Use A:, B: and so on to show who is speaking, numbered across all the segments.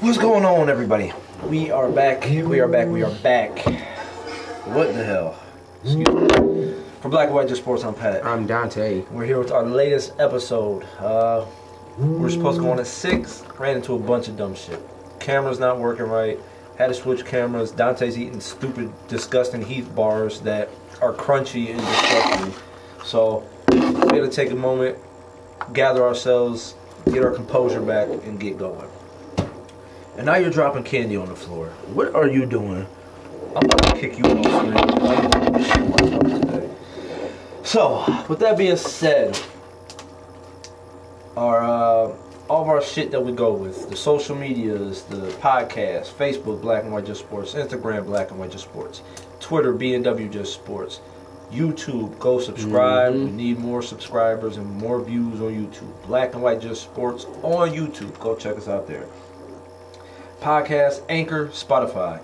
A: What's going on, everybody? We are back. We are back. We are back. What the hell? Excuse me. For Black and White Just Sports, I'm Pat.
B: I'm Dante.
A: We're here with our latest episode. Uh, we're supposed to go on at six. Ran into a bunch of dumb shit. Camera's not working right. Had to switch cameras. Dante's eating stupid, disgusting Heath bars that are crunchy and disgusting. So we had to take a moment, gather ourselves, get our composure back, and get going. And now you're dropping candy on the floor. What are you doing? I'm about to kick you off. man. I'm gonna do shit myself today. So, with that being said, our uh, all of our shit that we go with the social medias, the podcast, Facebook Black and White Just Sports, Instagram Black and White Just Sports, Twitter BNW Just Sports, YouTube go subscribe. We need more subscribers and more views on YouTube. Black and White Just Sports on YouTube. Go check us out there. Podcast Anchor, Spotify,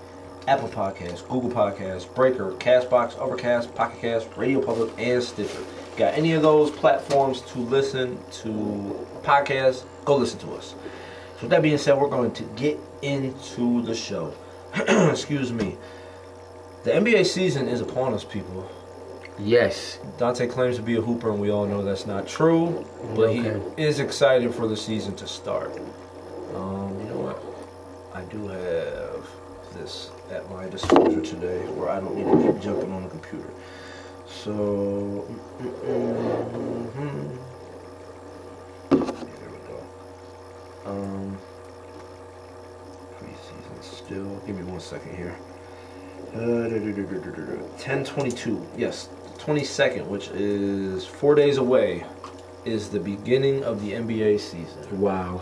A: Apple Podcasts, Google Podcasts, Breaker, Castbox, Overcast, Pocket Cast, Radio Public, and Stitcher. Got any of those platforms to listen to podcasts? Go listen to us. So with that being said, we're going to get into the show. Excuse me. The NBA season is upon us, people.
B: Yes.
A: Dante claims to be a hooper, and we all know that's not true. But
B: Okay.
A: he is excited for the season to start. Um, you know what? I do have this at my disposal today, where I don't need to keep jumping on the computer. So, mhm. there we go. Um, preseason still. Give me one second here. Uh, 1022. Yes, 22nd, which is four days away, is the beginning of the NBA season.
B: Wow.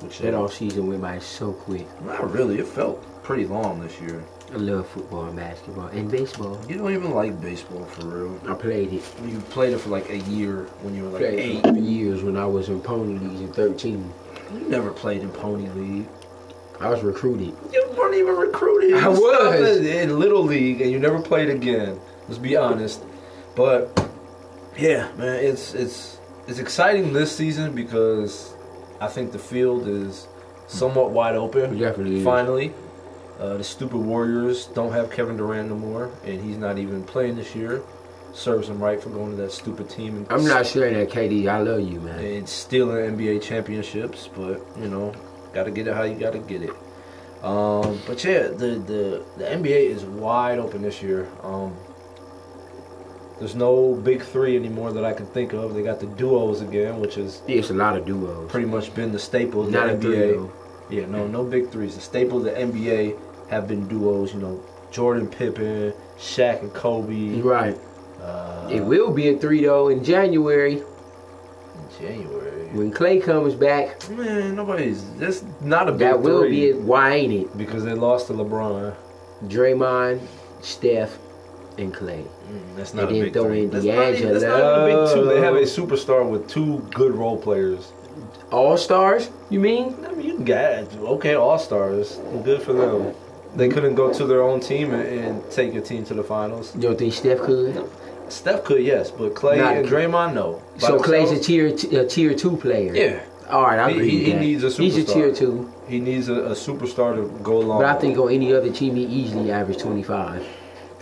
A: Which
B: That off season went by so quick.
A: not really. It felt pretty long this year.
B: I love football and basketball and baseball.
A: You don't even like baseball for real.
B: I played it.
A: You played it for like a year when you were like
B: Played
A: eight.
B: for years when I was in pony leagues at 13.
A: You never played in Pony League.
B: I was recruited.
A: You weren't even recruited.
B: I
A: You
B: was.
A: stopped in, in Little League, and you never played again. Let's be honest. But yeah, man, it's it's it's exciting this season because I think the field is somewhat wide open.
B: It definitely is.
A: Finally, uh, the stupid Warriors don't have Kevin Durant no more, and he's not even playing this year. Serves him right for going to that stupid team. And
B: I'm not saying that, KD. I love you, man.
A: it's still in NBA championships, but you know, gotta get it how you gotta get it. Um, but yeah, the, the the NBA is wide open this year. Um, there's no big three anymore that I can think of. They got the duos again, which has
B: It's a lot of duos.
A: pretty much been the staple of the
B: Not a
A: NBA.
B: duo.
A: Yeah, no, no big threes. The staple of the NBA have been duos. You know, Jordan, Pippen, Shaq, and Kobe.
B: Right.
A: Uh,
B: It will be a three though in January
A: in January.
B: when Clay comes back.
A: Man, nobody's. That's not a big
B: That will
A: three.
B: be it. Why ain't it?
A: Because they lost to LeBron.
B: Draymond, Steph, and Clay.
A: that's
B: not They a didn't big throw three. in
A: That's, not, even- that's not even a big two. They have a superstar with two good role players.
B: All stars? You mean?
A: I mean, you got okay, all stars. Good for them. They couldn't go to their own team and, and take your team to the finals.
B: You don't think Steph could?
A: Steph could, yes, but Clay
B: Not-
A: and Draymond, no. By
B: So Clay's a
A: themselves,
B: tier a tier two player.
A: Yeah.
B: All right, I
A: He-
B: agree.
A: he-
B: with
A: he
B: that.
A: needs a
B: He's a tier
A: superstar. Oh.
B: two,
A: He needs a, a superstar to go along.
B: but I think on any other team he easily averaged twenty five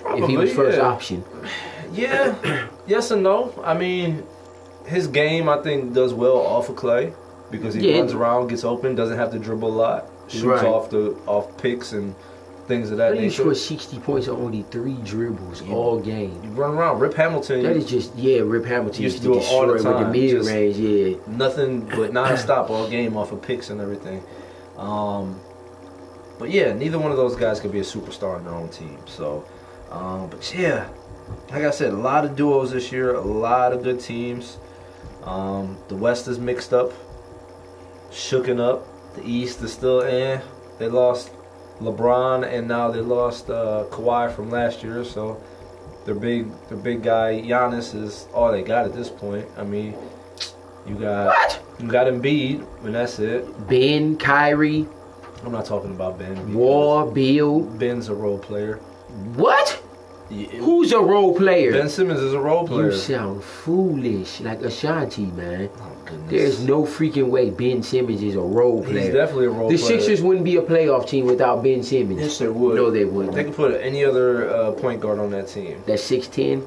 B: if he
A: Probably,
B: was first
A: yeah.
B: option.
A: Yeah, yes and no. I mean, his game I think does well off of Clay because he
B: Yeah.
A: runs around, gets open, doesn't have to dribble a lot, shoots
B: Right.
A: off the off picks and things of that
B: But he
A: nature.
B: scored sixty points on only three dribbles
A: Yeah.
B: all game.
A: You run around, Rip Hamilton,
B: That is just yeah. Rip Hamilton
A: Used
B: used
A: to
B: to,
A: do it all
B: destroy
A: the
B: with the
A: time,
B: mid
A: just-
B: range. Yeah,
A: nothing but nonstop all game off of picks and everything. Um, but yeah, neither one of those guys could be a superstar on their own team. So, um, but yeah, like I said, a lot of duos this year, a lot of good teams. Um, the West is mixed up, shooken up. The East is still eh. They lost LeBron and now they lost uh, Kawhi from last year, so their big their big guy Giannis is all they got at this point. I mean, you got you got Embiid, and that's it.
B: Ben, Kyrie,
A: I'm not talking about Ben. because
B: War, Bill.
A: Ben's a role player.
B: What?
A: Yeah,
B: Who's a role player?
A: ben Simmons is a role player.
B: You sound foolish, like Ashanti, man.
A: Oh, goodness.
B: There's no freaking way Ben Simmons is a role player.
A: He's definitely a role
B: the
A: player.
B: Sixers wouldn't be a playoff team without Ben Simmons.
A: Yes, they would.
B: No, they wouldn't.
A: They could put any other uh, point guard on that team.
B: That's six ten.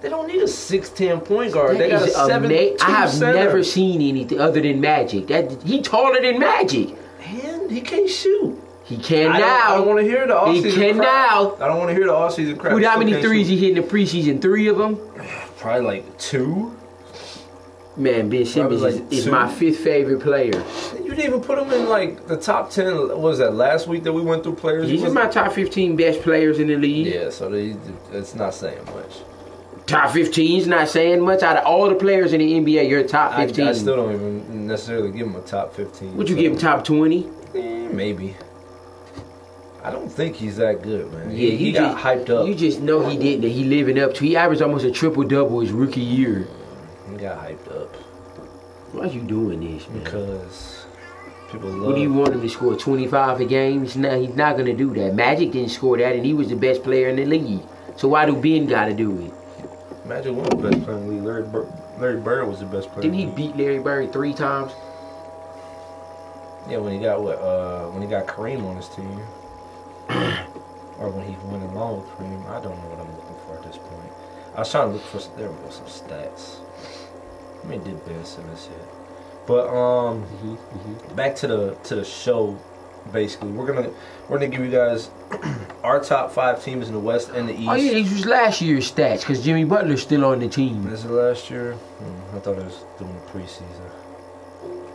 A: They don't need a six ten point guard. They got a seven.
B: I have
A: center.
B: never seen anything other than Magic. That he taller than Magic.
A: And he can't shoot.
B: He can
A: I don't,
B: now.
A: I don't want to hear the
B: He
A: offseason crap.
B: can now.
A: I don't want to hear the offseason crap.
B: With how
A: Still
B: many
A: can't
B: threes
A: shoot.
B: he hit in the preseason? Three of them.
A: Probably like two.
B: Man, Ben Simmons
A: like
B: is, is
A: two.
B: my fifth favorite player.
A: You didn't even put him in like the top ten. What was that last week that we went through players? He
B: He's in
A: was-
B: my top fifteen best players in the league.
A: yeah, so they, it's not saying much.
B: Top 15's not saying much. Out of all the players in the NBA, you're top
A: I, I
B: 15.
A: still don't even necessarily give him a top fifteen.
B: Would you give him top 20?
A: Eh, maybe. I don't think he's that good, man. he, he got
B: just,
A: hyped up.
B: You just know he didn't. He living up to. He averaged almost a triple double his rookie year.
A: he got hyped up
B: Why you doing this, man?
A: because people love.
B: What do you want him to score? 25 a game? He's not, he's not going to do that. Magic didn't score that, and he was the best player in the league. So why do Ben got to do it?
A: Magic was the best player in the league. Larry Bird, Larry Bird was the best player.
B: Didn't he
A: in the
B: beat Larry Bird three times?
A: league. Yeah, when he got what? Uh, when he got Kareem on his team, or when he went along with Kareem. I don't know what I'm looking for at this point. I was trying to look for some, there were some stats. I mean, did Ben Simmons hit? But um,
B: Mm-hmm,
A: back to the to the show. Basically, we're gonna we're gonna give you guys our top five teams in the West and the East.
B: Oh yeah, these was last year's stats because Jimmy Butler's still on the team.
A: This is last year. Hmm, I thought it was doing the preseason.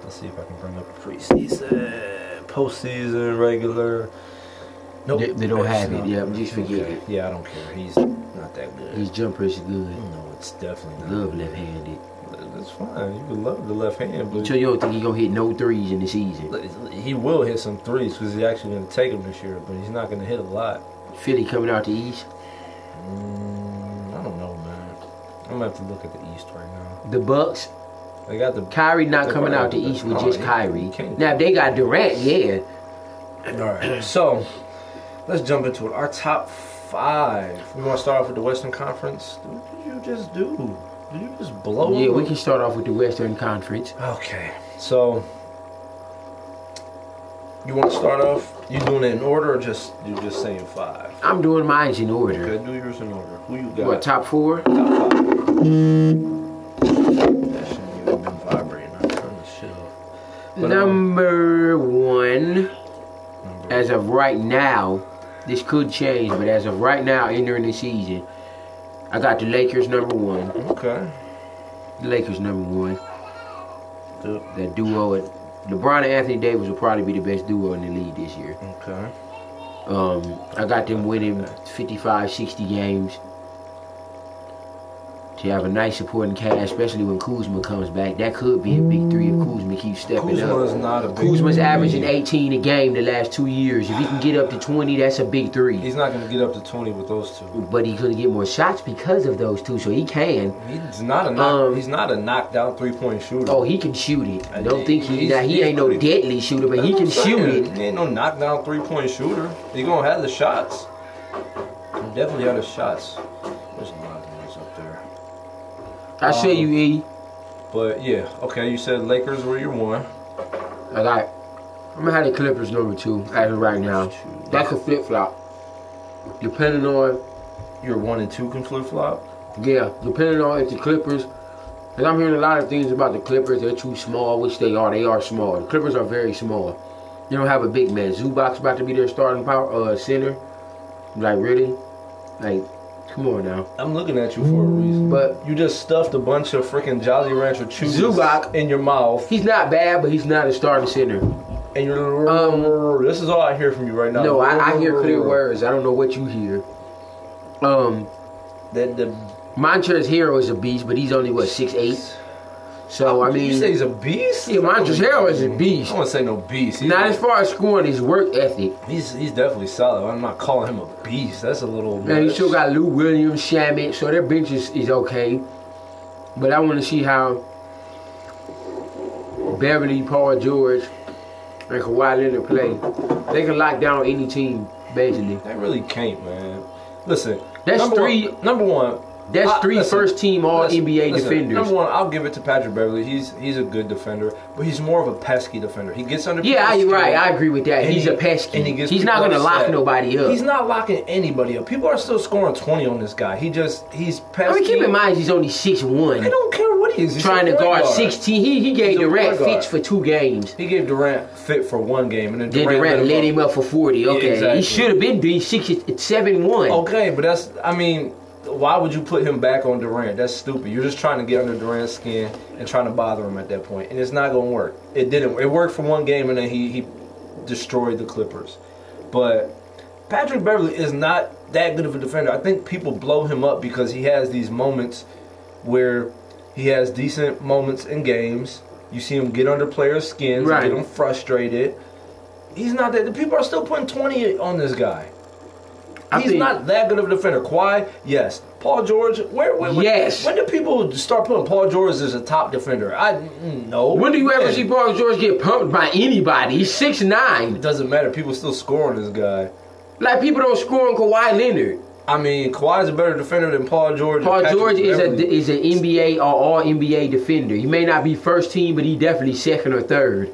A: Let's see if I can bring up the preseason, postseason, regular.
B: They- they don't have
A: It's
B: it. Yeah, just forget
A: Okay.
B: it.
A: Yeah, I don't care. He's not that good.
B: His jumper is good.
A: no, it's definitely not.
B: Love left-handed.
A: That's fine. You can love the left hand, but
B: So you don't think he gonna hit no threes in the season?
A: he will hit some threes because he's actually going to take them this year. But he's not going to hit a lot.
B: Philly coming out the East.
A: Mm, I don't know, man. I'm gonna have to look at the East right now.
B: The Bucks.
A: They got the
B: Kyrie not
A: They're
B: coming
A: right.
B: out the East with
A: Oh,
B: just
A: yeah.
B: Kyrie.
A: You can't-
B: Now if they got Durant, yeah.
A: All right, so let's jump into it. Our top five. We want to start off with the Western Conference. What did you just do? Did you just blow?
B: Yeah,
A: up?
B: we can start off with the Western Conference.
A: Okay, so you want to start off? You doing it in order, or just you just saying five?
B: I'm doing mine in order.
A: Okay, do yours in order. Who you got?
B: What top four?
A: Top five. That shouldn't even been vibrating. I turned the shit off. But, um,
B: Number one,
A: Number-
B: as of right now, this could change, but as of right now, entering the season, I got the Lakers number one.
A: Okay.
B: The Lakers number one.
A: Yep.
B: That duo, at LeBron and Anthony Davis will probably be the best duo in the league this year.
A: Okay.
B: Um, I got them winning 55, 60 games. To have a nice supporting cast, especially when Kuzma comes back, that could be a big three if Kuzma keeps stepping
A: Kuzma
B: up.
A: is not a big.
B: Kuzma's averaging 18 a game the last two years. If he can get up to 20, that's a big three.
A: He's not going to get up to twenty with those two.
B: But he's gonna get more shots because of those two, so he can.
A: He's not a knock,
B: Um,
A: he's not a knockdown three point shooter.
B: Oh, he can shoot it. I don't think he
A: He's-
B: now he
A: he's
B: ain't no
A: pretty-
B: deadly shooter, but
A: That's
B: he
A: what
B: can
A: I'm saying.
B: shoot it.
A: He ain't no knockdown three point shooter. He gonna have the shots. He definitely have the shots. There's a lot of guys up there.
B: I say
A: um,
B: you, E.
A: But yeah, okay. You said Lakers were your one.
B: I got. I'm gonna have the Clippers number two as of right now. That could flip flop, depending on
A: Your one and two can flip flop.
B: yeah, depending on if the Clippers. Cause I'm hearing a lot of things about the Clippers. They're too small, which they are. They are small. The Clippers are very small. They don't have a big man. Zubac's about to be their starting power uh, center. Like really, like come on now.
A: I'm looking at you for a reason.
B: But-
A: you just stuffed a bunch of freaking Jolly Rancher chews
B: Zubac.
A: in your mouth,
B: He's not bad, but he's not a starting center.
A: and you're. this is all I hear from you right now.
B: Um, No, I, I hear clear words. I don't know what you hear. Um,
A: That the.
B: Montrezl Hero is a beast, but he's only what six eight. So I mean,
A: you say he's a beast.
B: Yeah, Montrezl Harrell is a beast.
A: Oh, I wouldn't say no beast. He's
B: not
A: like-
B: as far as scoring, his work ethic.
A: He's he's definitely solid. I'm not calling him a beast. That's a little.
B: Now you
A: much.
B: still got Lou Williams, Shamit, so their bench is, is okay. But I want to see how Beverly, Paul George, and Kawhi Leonard play. They can lock down any team basically.
A: They really can't, man. Listen,
B: That's
A: number
B: three.
A: One, number one,
B: That's
A: I-
B: three
A: Uh, listen,
B: first team All
A: listen,
B: NBA
A: listen,
B: defenders.
A: Number one, I'll give it to Patrick Beverly. He's he's a good defender, but he's more of a pesky defender. He gets under.
B: Yeah, I,
A: people's
B: right.
A: skin,
B: I agree with that.
A: and
B: He's
A: he-
B: a pesky.
A: and he gets
B: he's not
A: people
B: going to lock
A: upset.
B: nobody up.
A: He's not locking anybody up. People are still scoring twenty on this guy. He just he's pesky.
B: I mean, keep in mind he's only six
A: I
B: one,
A: don't care what he is. He's
B: trying
A: a
B: to
A: point
B: guard sixteen. He he gave
A: He's a
B: Durant
A: point guard.
B: fits for two games.
A: He gave Durant fit for one game, and then
B: Then
A: Durant,
B: Durant lit him up for forty. Okay,
A: exactly. Oh,
B: he should have been doing six seven one.
A: Okay, but that's I mean, why would you put him back on Durant? That's stupid. You're just trying to get under Durant's skin and trying to bother him at that point, and it's not going to work. It didn't. It worked for one game, and then he he destroyed the Clippers. But Patrick Beverly is not that good of a defender. I think people blow him up because he has these moments where he has decent moments in games. You see him get under players' skins,
B: Right.
A: get them frustrated. He's not that. The people are still putting twenty on this guy.
B: I
A: He's
B: think-
A: not that good of a defender. Kawhi, yes. Paul George, where? When, when-
B: Yes.
A: When do people start putting Paul George as a top defender? I mm, no.
B: When do you ever
A: Man,
B: see Paul George get pumped by anybody? He's six
A: It
B: nine.
A: doesn't matter. People still score on this guy.
B: Like people don't score on Kawhi Leonard.
A: I mean, Kawhi is a better defender than Paul George.
B: Paul
A: and Patrick
B: George is
A: Beverly.
B: a is an NBA or All NBA defender. He may not be first team, but he definitely second or third.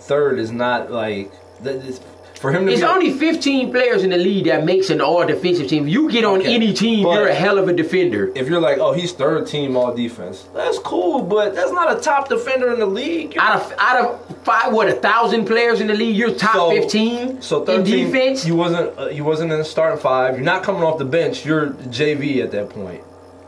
A: third is not like that is, for him to
B: It's
A: be.
B: only 15 players in the league that makes an All Defensive team. You get on
A: Okay,
B: any team,
A: but-
B: you're a hell of a defender.
A: if you're like, oh, he's third team all defense. That's cool, but that's not a top defender in the league. You're-
B: Out of out of five, what a thousand players in the league, you're top
A: So-
B: 15
A: So
B: in
A: 13,
B: defense.
A: you wasn't uh, you wasn't in the starting five. You're not coming off the bench. You're JV at that point.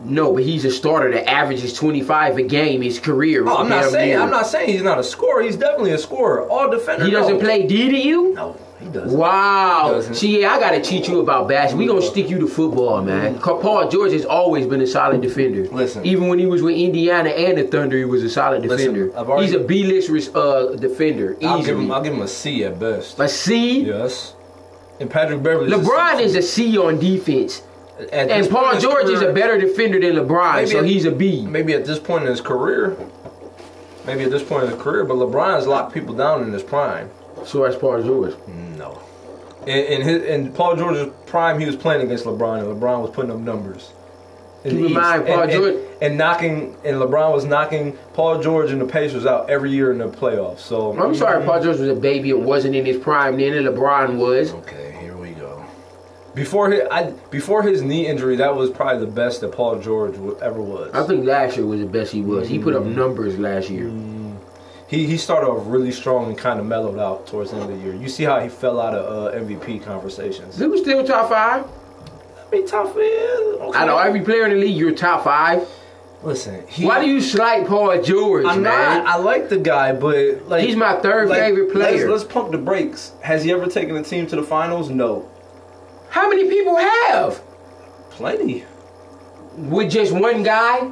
B: no, but he's a starter that averages 25 a game his career.
A: Oh, I'm not
B: Damn
A: saying
B: near.
A: I'm not saying he's not a scorer. He's definitely a scorer. All defender.
B: He doesn't
A: no.
B: play D to you.
A: No, he doesn't.
B: Wow.
A: doesn't.
B: See, yeah, I gotta teach you about basketball. We gonna stick you to football, man. 'Cause Paul George has always been a solid defender.
A: Mm-hmm. Listen.
B: even when he was with Indiana and the Thunder, he was a solid
A: Listen,
B: defender.
A: I've already-
B: He's a B-list res- uh, defender. Easily.
A: I'll give him. I'll give him a C at best.
B: a C.
A: yes. And Patrick Beverly.
B: LeBron is a C on defense,
A: At
B: and
A: this point
B: Paul
A: in his
B: George is a
A: career-
B: better defender than LeBron,
A: Maybe
B: so
A: a-
B: he's a B.
A: Maybe at this point in his career. Maybe at this point in his career, but LeBron has locked people down in his prime.
B: So that's Paul George.
A: No. In, in his in Paul George's prime, he was playing against LeBron, and LeBron was putting up numbers. In
B: Keep
A: the
B: in
A: East.
B: mind, Paul
A: and, and-
B: George-
A: and knocking, and LeBron was knocking Paul George and the Pacers out every year in the playoffs. So
B: I'm sorry, Paul George was a baby and wasn't in his prime then, and LeBron was.
A: Okay, here we go. Before his, I, before his knee injury, that was probably the best that Paul George wa- ever was.
B: I think last year was the best he was. He put up numbers last year.
A: Mm. He he started off really strong and kind of mellowed out towards the end of the year. You see how he fell out of uh, MVP conversations.
B: He was still top five.
A: I mean, tough is. Okay.
B: Out of every player in the league, you're top five.
A: Listen, he,
B: Why do you slight Paul George,
A: I'm
B: man?
A: not. I like the guy, but like
B: He's my third favorite player.
A: Let's, let's pump the brakes. Has he ever taken a team to the finals? No,
B: How many people have
A: plenty.
B: with just one guy?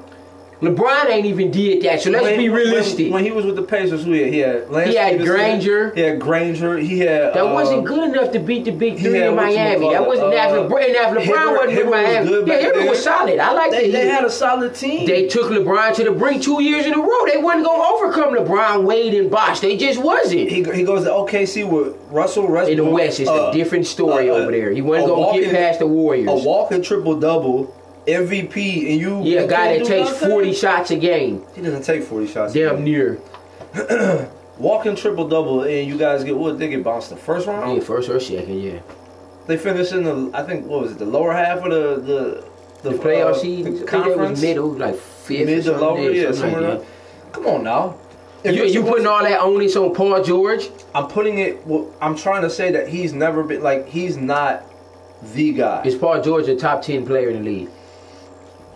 B: LeBron ain't even did that. So let's
A: When-
B: be
A: when-
B: realistic.
A: When, he was with the Pacers, who he had? He had, Lance
B: He had
A: Stevenson,
B: Granger.
A: He had Granger. He had
B: that
A: uh,
B: wasn't good enough to beat the big
A: he
B: three
A: had
B: in Miami.
A: whatchamacallit,
B: That wasn't
A: uh,
B: after LeBron. And after LeBron
A: Hibbert-
B: wasn't
A: Hibbert
B: with
A: was
B: Miami.
A: good
B: yeah,
A: back
B: Hibbert was
A: then.
B: solid. I like
A: They,
B: that.
A: they
B: he-
A: had a solid team.
B: They took LeBron to the brink two years in a row. They wasn't gonna overcome LeBron, Wade, and Bosh. They just wasn't.
A: he, he goes to OKC with Russell Westbrook.
B: in the West, it's
A: uh,
B: a different story
A: uh,
B: over there. He wasn't
A: a
B: gonna
A: walking-
B: get past the Warriors.
A: A walking triple double, MVP, and you
B: Yeah, a
A: you
B: guy
A: can't
B: that
A: do
B: takes
A: nothing?
B: 40 shots a game.
A: He doesn't take forty shots.
B: Damn near.
A: Walking triple double, and you guys get what? They get bounced the first round.
B: Yeah, first or second, yeah.
A: They finished in the I think what was it the lower half of the the
B: The playoff
A: uh,
B: season,
A: the
B: I think that was
A: conference
B: middle, like fifth.
A: mid to lower yeah
B: somewhere
A: somewhere
B: like
A: around. Come on now,
B: that. You, you putting all that onus on Paul George?
A: I'm putting it. well, I'm trying to say that he's never been like he's not the guy.
B: Is Paul George a top 10 player in the league?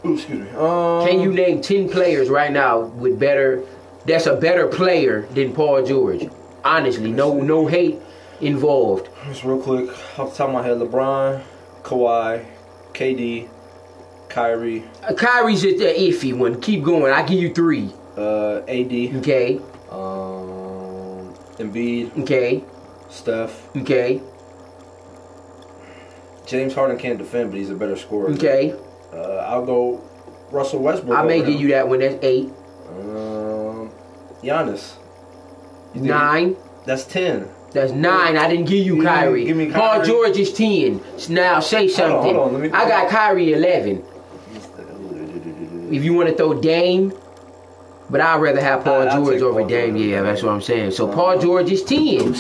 A: Ooh, excuse me. Um,
B: Can
C: Oh,
B: you name 10 players right now with better, that's a better player than Paul George? Honestly, no no hate involved.
A: just real quick off the top of my head? LeBron, Kawhi, KD, Kyrie,
B: Uh, Kyrie's just an iffy one. Keep going. I give you three.
A: uh, AD,
B: Okay,
A: um, Embiid,
B: okay,
A: Steph.
B: okay,
A: James Harden can't defend, but he's a better scorer.
B: okay.
A: Uh, I'll go Russell Westbrook.
B: I may
A: over
B: give
A: him.
B: you that one. That's eight,
A: Um, Giannis. You think-
B: nine.
A: That's ten.
B: That's nine. I didn't give you
C: Give me-
B: Kyrie.
C: give me
B: Paul
C: Kyrie.
B: George is ten. S- Now
C: Hold
B: say
C: on,
B: something.
C: hold on, let me-
B: I got Kyrie eleven. If you want to throw Dame, but I'd rather have Paul
C: I- I'll
B: George
C: take
B: over
C: Paul
B: Dame.
C: George.
B: Yeah, that's what I'm saying. So Paul George is ten.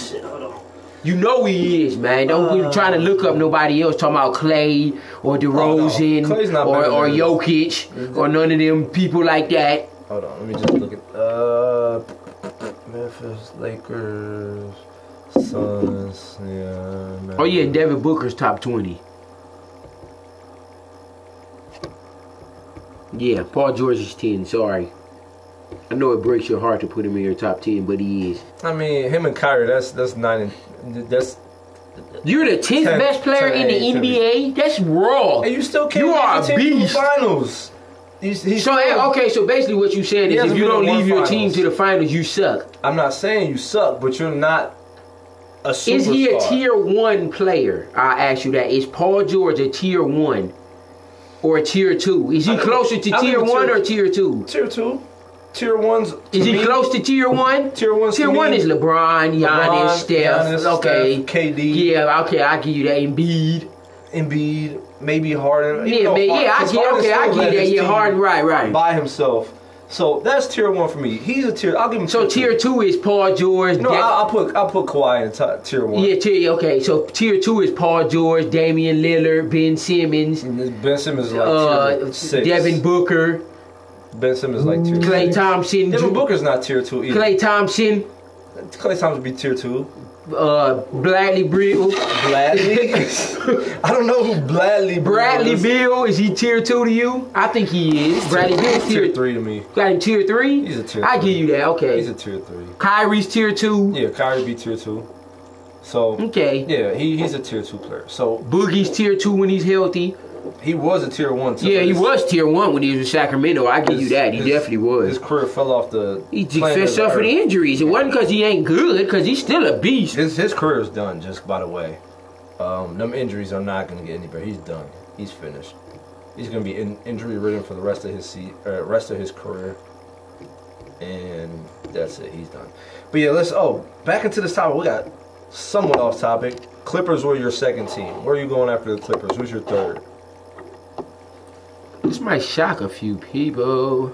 B: You know he is, man. Don't be trying to look up nobody else talking about Clay or DeRozan
A: Clay's not
B: or,
A: better
B: or
A: than-
B: Jokic or none of them people like that.
A: Hold on, let me just look at uh Memphis Lakers Suns. Yeah. Memphis.
B: Oh yeah, Devin Booker's top twenty. Yeah, Paul George is ten. Sorry, I know it breaks your heart to put him in your top ten, but he is.
A: I mean, him and Kyrie. That's that's nine. And, that's
B: You're the tenth
A: Ten-
B: best player
A: ten,
B: in the
A: eight, ten.
B: NBA. That's raw.
A: and you still can't.
B: You
A: make
B: are
A: the team
B: a
A: to the
B: beast.
A: Finals. He's, he's
B: So eh, okay, so basically what you said
A: He
B: is if
A: hasn't
B: you
A: been
B: don't
A: in one
B: leave your team
A: finals.
B: to the finals, you suck.
A: I'm not saying you suck, but you're not a superstar.
B: Is he a tier one player? I ask you that. Is Paul George a tier one or a tier two? Is he
A: I think-
B: closer to
A: I think
B: tier
A: tier-
B: one or tier two?
A: Tier two, tier ones.
B: Is he close to tier one?
A: Tier one's
B: Tier
A: to
B: one
A: me.
B: is LeBron, Giannis,
A: LeBron,
B: Steph.
A: Giannis,
B: okay.
A: Steph, KD.
B: Yeah, okay, I give you that. Embiid.
A: Embiid, maybe Harden.
B: Yeah,
A: You know,
B: man,
A: Har-
B: yeah, I
A: 'cause
B: get
A: Harden
B: okay, I
A: still
B: get
A: led
B: that.
A: his
B: Yeah,
A: team
B: Harden, right, right.
A: by himself. So that's tier one for me. He's a tier. I'll give him.
B: So tier two is Paul George.
A: No,
B: Da-
A: I, I'll put I'll put Kawhi in top, tier one.
B: yeah, tier okay. So tier two is Paul George, Damian Lillard, Ben Simmons,
A: Ben Simmons is like
B: uh,
A: tier six.
B: Devin Booker,
A: ben Simmons is like tier.
B: Clay
A: six.
B: Thompson,
A: Devin
B: Ju-
A: Booker's not tier two either.
B: Clay Thompson,
A: Clay Thompson would be tier two.
B: uh, Bradley Bill.
A: Bradley. I don't know who Bradley. Beal
B: Bradley
A: is.
B: Bill, is he tier two to you? I think he is. Bradley Bill's tier,
A: tier three to me.
B: Got him tier three?
A: He's a tier
B: I
A: three.
B: give you that, okay.
A: He's a tier three.
B: Kyrie's tier two.
A: Yeah, Kyrie be tier two. So
B: Okay.
A: yeah, he, he's a tier two player. So
B: Boogie's tier two when he's healthy.
A: he was a tier one. till
B: yeah, he
A: his-
B: was tier one when he was with Sacramento. I give you
A: his-
B: that. He
A: his-
B: definitely was.
A: His career fell off the.
B: He
A: planet of
B: just
A: the
B: suffered
A: earth.
B: injuries. It wasn't because he ain't good, because he's still a beast.
A: His his career is done. Just by the way, um, them injuries are not gonna get any better. He's done. He's finished. He's gonna be in, injury ridden for the rest of his se- uh, rest of his career, and that's it. He's done. But yeah, let's. Oh, back into this topic. We got somewhat off topic. Clippers were your second team. Where are you going after the Clippers? Who's your third?
B: This might shock a few people,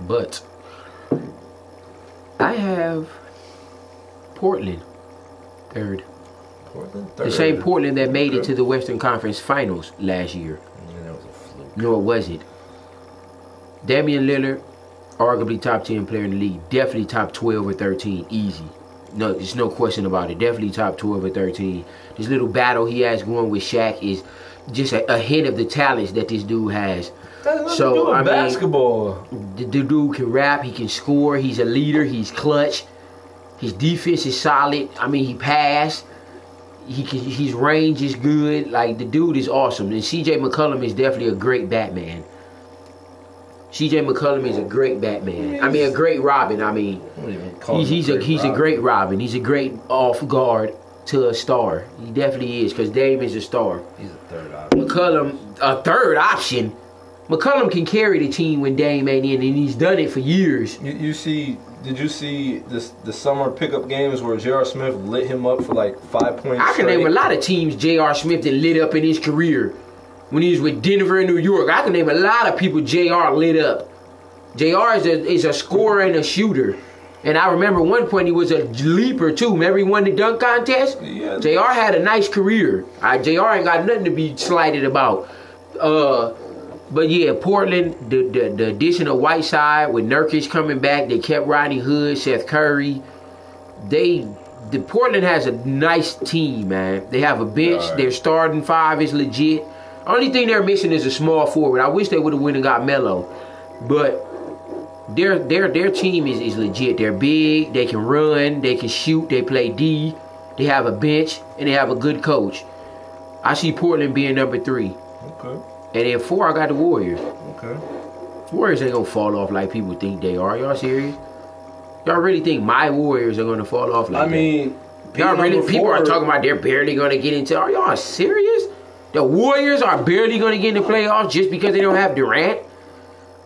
B: but I have Portland third.
A: Portland. Third.
B: The same Portland that made it to the Western Conference Finals last year.
A: Yeah, that was a fluke.
B: No, it wasn't. Damian Lillard, arguably top 10 player in the league. Definitely top 12 or 13. Easy. No, there's no question about it. Definitely top 12 or 13. This little battle he has going with Shaq is just a, a hint of the talents that this dude has.
A: That's nothing
B: So,
A: to do with
B: I mean-
A: basketball.
B: The, the dude can rap, he can score, he's a leader, he's clutch. His defense is solid. I mean, he passed. He can, his range is good. Like the dude is awesome. And CJ McCollum is definitely a great Batman. CJ McCollum is a great Batman. I mean, a great Robin. I mean,
A: I wouldn't even call
B: he's,
A: him
B: he's a he's
A: Robin.
B: a great Robin. He's a great off guard to a star. He definitely is because Dame is a star.
A: He's a third option.
B: McCullum, a third option. McCullum can carry the team when Dame ain't in, and he's done it for years.
A: You, you see? Did you see this the summer pickup games where J.R. Smith lit him up for like five points?
B: I can
A: straight?
B: name a lot of teams J.R. Smith that lit up in his career when he was with Denver and New York. I can name a lot of people J.R. lit up. J.R. is a, is a scorer and a shooter. And I remember one point he was a leaper too. Remember he won the dunk contest?
A: Yeah.
B: JR had a nice career. I, JR ain't got nothing to be slighted about. Uh, but yeah, Portland, the, the, the addition of Whiteside with Nurkic coming back, they kept Rodney Hood, Seth Curry. They the Portland has a nice team, man. They have a bench.
A: Alright.
B: Their starting five is legit. Only thing they're missing is a small forward. I wish they would have went and got Melo, but their their their team is, is legit. They're big. They can run. They can shoot. They play D. They have a bench and they have a good coach. I see Portland being number three,
A: Okay.
B: and then four I got the Warriors.
A: Okay.
B: Warriors ain't gonna fall off like people think they are. Y'all serious? Y'all really think my Warriors are gonna fall off like
A: I mean,
B: that? Y'all really?
A: number
B: People are
A: four-
B: talking about they're barely gonna get into. Are y'all serious? The Warriors are barely gonna get in the playoffs just because they don't have Durant.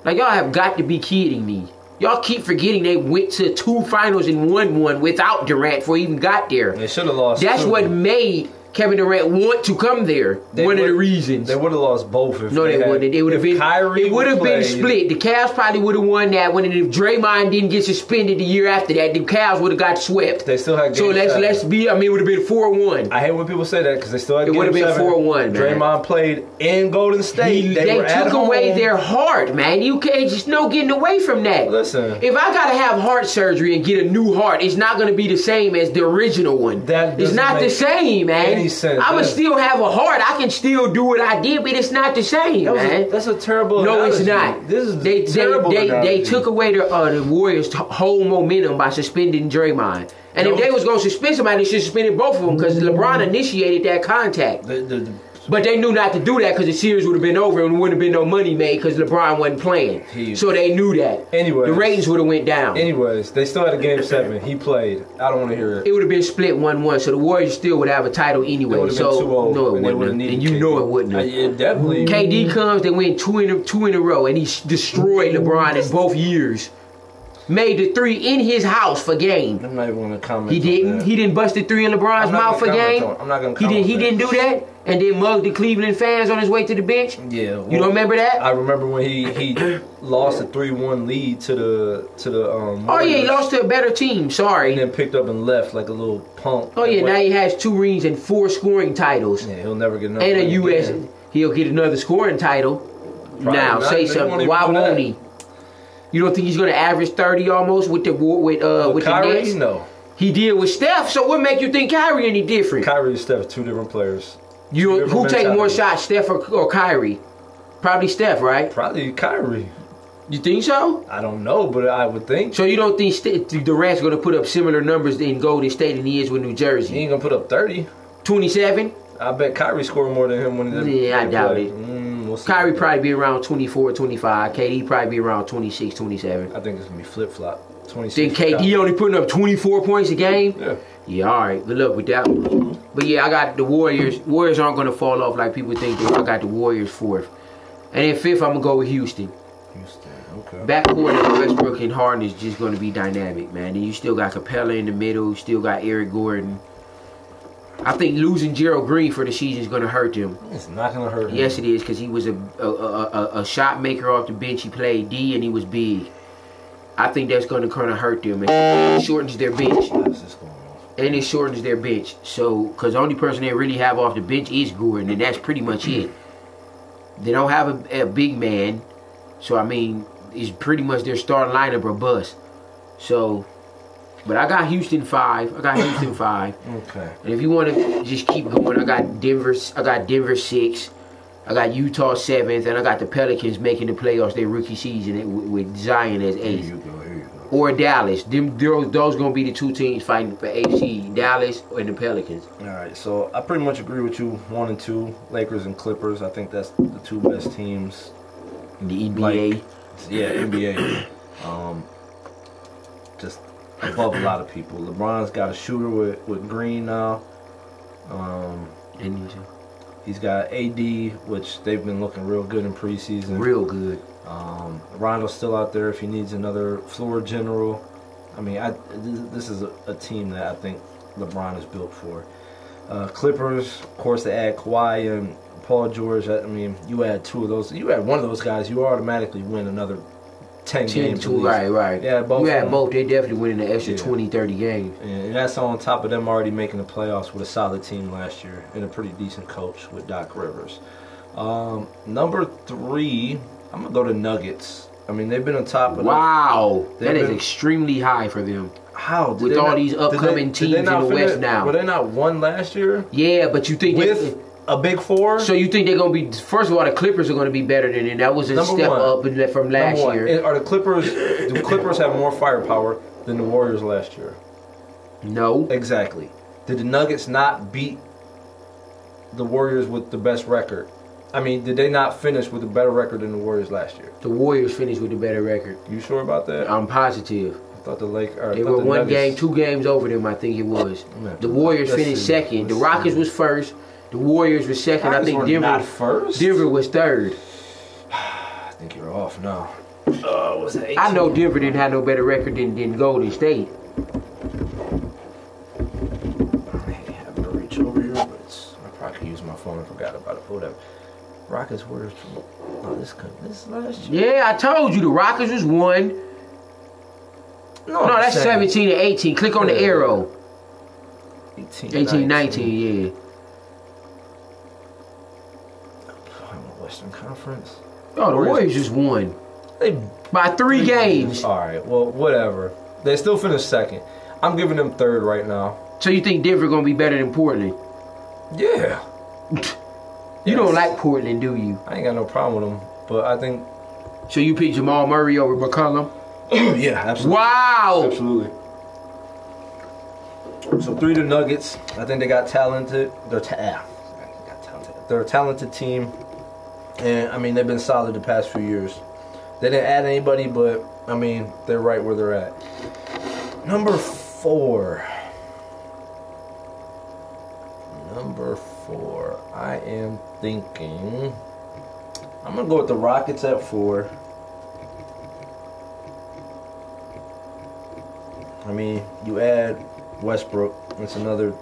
B: Like y'all have got to be kidding me. Y'all keep forgetting they went to two finals and won one without Durant before he even got there.
A: They should have lost.
B: That's
A: two.
B: what made Kevin Durant want to come there.
A: They
B: one of the
A: would-
B: reasons.
A: They would have lost both. If
B: No, they,
A: had-
B: wouldn't. They would have
A: if
B: been.
A: Kyrie
B: it would have been
A: played-
B: split. The Cavs probably would have won that one, and if Draymond didn't get suspended the year after that, the Cavs would have got swept.
A: They still had.
B: so
A: game
B: let's
A: seven.
B: let's be. I mean, it would have been four one.
A: I hate when people say that because they still had.
B: It
A: game
B: would've been
A: seven.
B: 4-1, man.
A: Draymond played in Golden State.
B: They,
A: they were at
B: took away
A: home.
B: their heart, man. You can't. There's no getting away from that.
A: Listen.
B: if I gotta have heart surgery and get a new heart, it's not gonna be the same as the original one.
A: That
B: it's
A: doesn't
B: not the
A: make
B: same, man.
A: any sense.
B: I'ma
A: That-
B: still have a heart. I can still do what I did, but it's not the same,
A: That was
B: man.
A: a, that's a terrible.
B: No, it's
A: analogy.
B: not.
A: This is
B: they
A: terrible.
B: they, they, they
A: analogy.
B: took away the, uh, the Warriors' t- whole momentum by suspending Draymond. And if
A: No.
B: they was going to suspend somebody, they should have suspended both of them because LeBron initiated that contact.
A: The- the- the-
B: But they knew not to do that because the series would have been over and wouldn't have been no money made because LeBron wasn't playing.
A: He-
B: so they knew that.
A: Anyways.
B: the ratings would have went down.
A: anyways, they still had a game seven. He played. I don't want to hear it.
B: it would have been split one-one, so the Warriors still would have a title
A: They
B: anyway.
A: would've been
B: So
A: 2-0,
B: no,
A: and
B: it
A: they would've
B: wouldn't. have.
A: needed
B: And you know it wouldn't.
A: I-
B: have.
A: It definitely.
B: KD comes, they win two in a, two in a row, and he s- destroyed LeBron in both years. Made the three in his house for game.
A: I might want to comment.
B: He
A: on
B: didn't.
A: that.
B: He didn't bust the three in LeBron's
A: I'm not
B: mouth for
A: gonna comment
B: game.
A: on- I'm not gonna
B: He didn't.
A: comment
B: He
A: on
B: didn't do that, and then mugged the Cleveland fans on his way to the bench.
A: Yeah.
B: You don't remember that?
A: I remember when he he lost a three one lead to the to the um.
B: oh yeah, he
A: Warriors,
B: lost to a better team.
A: And
B: Sorry.
A: then picked up and left like a little punk.
B: Oh yeah,
A: And
B: now
A: went-
B: he has two rings and four scoring titles,
A: Yeah, he'll never get another.
B: and a
A: ring
B: U.S.
A: again.
B: He'll get another scoring title. now
A: not. They
B: say
A: won't
B: something.
A: even
B: Why
A: do that.
B: won't he? You don't think he's gonna average thirty almost with the war with uh with the
A: Kyrie,
B: Nets?
A: no.
B: He did with Steph, so what make you think Kyrie any different?
A: Kyrie and Steph, two different players.
B: you who
A: different
B: take more
A: mentality.
B: shots, Steph or, or Kyrie? Probably Steph, right?
A: Probably Kyrie.
B: You think so?
A: I don't know, but I would think
B: So you don't think St- Durant's going to put up similar numbers in Golden State than he is with New
A: he
B: Jersey?
A: ain't gonna put up thirty.
B: Twenty-seven.
A: I bet Kyrie scored more than him when they
B: Yeah, I
A: they
B: doubt
A: played.
B: it.
A: Mm, we'll see.
B: Kyrie probably be around 24, 25. KD probably be around 26, 27.
A: I think it's gonna be flip flop. Twenty
B: Then
A: six.
B: KD only putting up 24 points a game.
A: Yeah.
B: Yeah, all right. Good luck with that one. But yeah, I got the Warriors. Warriors aren't going to fall off like people think. They, I got the Warriors fourth. And then fifth, I'm going to go with Houston.
A: Houston. Okay.
B: Backcourt of Westbrook and Harden is just going to be dynamic, man. And you still got Capella in the middle. You still got Eric Gordon. I think losing Gerald Green for the season is going to hurt them.
A: It's not gonna hurt. him.
B: Yes, it is because he was a a, a a a shot maker off the bench. He played D and he was big. I think that's going to kind of hurt them. It shortens their bench
A: How's this going on?
B: and it shortens their bench. So, because the only person they really have off the bench is Gordon, and that's pretty much it. They don't have a, a big man, so I mean, it's pretty much their starting lineup or bust. So, but I got Houston five. I got Houston five.
A: Okay.
B: And if you want to just keep going, I got Denver. I got Denver six. I got Utah seventh, and I got the Pelicans making the playoffs their rookie season with- with Zion as
A: Here
B: eighth
A: you go. Here you go.
B: or Dallas. Them those, those gonna be the two teams fighting for AC. Dallas and the Pelicans.
A: All right, so I pretty much agree with you. One and two, Lakers and Clippers. I think that's the two best teams.
B: in The NBA.
A: Like- Yeah, NBA. Um, just above a lot of people. LeBron's got a shooter with, with Green now. Um,
B: and
A: he's got AD, which they've been looking real good in preseason.
B: real good.
A: Um, Rondo's still out there if he needs another floor general. I mean, I th- this is a, a team that I think LeBron is built for. Uh, Clippers, of course, they add Kawhi and Paul George. I I mean, you add two of those, you add one of those guys, you automatically win another ten,
B: Ten
A: games. at
B: two.
A: least.
B: Right, right.
A: Yeah, both
B: You
A: of
B: had
A: them.
B: both. They definitely winning the extra
A: Yeah.
B: twenty, thirty 20, 30 games.
A: And that's on top of them already making the playoffs with a solid team last year and a pretty decent coach with Doc Rivers. Um, number three, I'm gonna go to Nuggets. I mean, they've been on top of the-
B: Wow,
A: They've
B: that is
A: been-
B: extremely high for them.
A: How did
B: With
A: they
B: all
A: not-
B: these
A: did they-
B: upcoming
A: did they
B: teams
A: not
B: in the West
A: finish-
B: now.
A: Were they not one last year
B: Yeah, but you think
A: with a big four?
B: So you think they're gonna be? First of all, the Clippers are gonna be better than them. That was a
A: Number
B: step
A: one.
B: up in- from
A: Number
B: last
A: one,
B: year.
A: and Are the Clippers? do Clippers have more firepower than the Warriors last year?
B: no,
A: Exactly. Did the Nuggets not beat the Warriors with the best record? I mean, did they not finish with a better record than the Warriors last year?
B: the Warriors finished with a better record.
A: You sure about that?
B: I'm positive.
A: I thought the Lake. Or I
B: They
A: thought
B: were
A: the
B: one
A: Nuggets-
B: game, two games over them. I think it was.
A: gonna have
B: The
A: to-
B: Warriors
A: let's
B: finished
A: see.
B: second. The
A: Let's
B: Rockets
A: see.
B: was first. The Warriors were second. I
A: Rockets
B: think
A: were
B: Denver
A: not first.
B: Denver was third.
A: I think you're off now. Uh, what's that?
B: I know Denver didn't have no better record than, than Golden State.
A: I have to reach over here, but it's, I probably could use my phone. I forgot about it. Whatever. Rockets were. No, this could, this last year.
B: Yeah, I told you the Rockets was one. No,
A: I'm
B: that's
A: saying
B: 17 and 18. Click on the
A: Yeah.
B: arrow.
A: 18,
B: 18, 19, yeah.
A: I'm a Western Conference.
B: Oh, the
A: Warriors-
B: Warriors just won
A: They
B: by three games.
A: All right. Well, whatever. They still finished second. I'm giving them third right now.
B: So you think Denver gonna be better than Portland?
A: Yeah.
B: You
A: Yes.
B: don't like Portland, do you?
A: I ain't got no problem with them, but I think.
B: So you pick Jamal Murray over McCollum?
A: yeah, absolutely.
B: Wow.
A: Absolutely. So three to Nuggets. I think they got talented. They're ta- ah, they got talented. They're a talented team, and I mean they've been solid the past few years. They didn't add anybody, but I mean they're right where they're at. Number four. Number four. I am thinking. I'm gonna go with the Rockets at four. I mean, you add Westbrook, it's another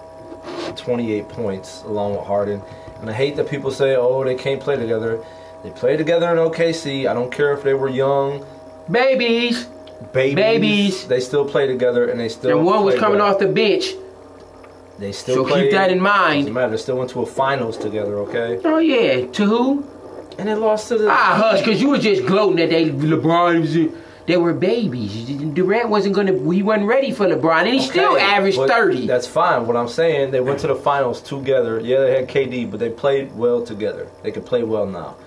A: 28 points along with Harden. And I hate that people say, oh, they can't play together. They play together in OKC. I don't care if they were young,
B: Babies.
A: babies.
B: Babies.
A: They still play together and they still.
B: And one was
A: play
B: coming
A: well.
B: off the bench.
A: They still
B: So
A: play-
B: keep that in
A: Doesn't
B: mind.
A: matter. They still went to a finals together, okay?
B: Oh yeah. To who?
A: And they lost to the.
B: Ah hush, cause you were just gloating that they LeBron was in- they were babies. Durant wasn't gonna he wasn't ready for LeBron and he still
A: Okay,
B: averaged
A: but
B: thirty.
A: That's fine. What I'm saying, they went to the finals together. Yeah, they had KD, but they played well together. They could play well now.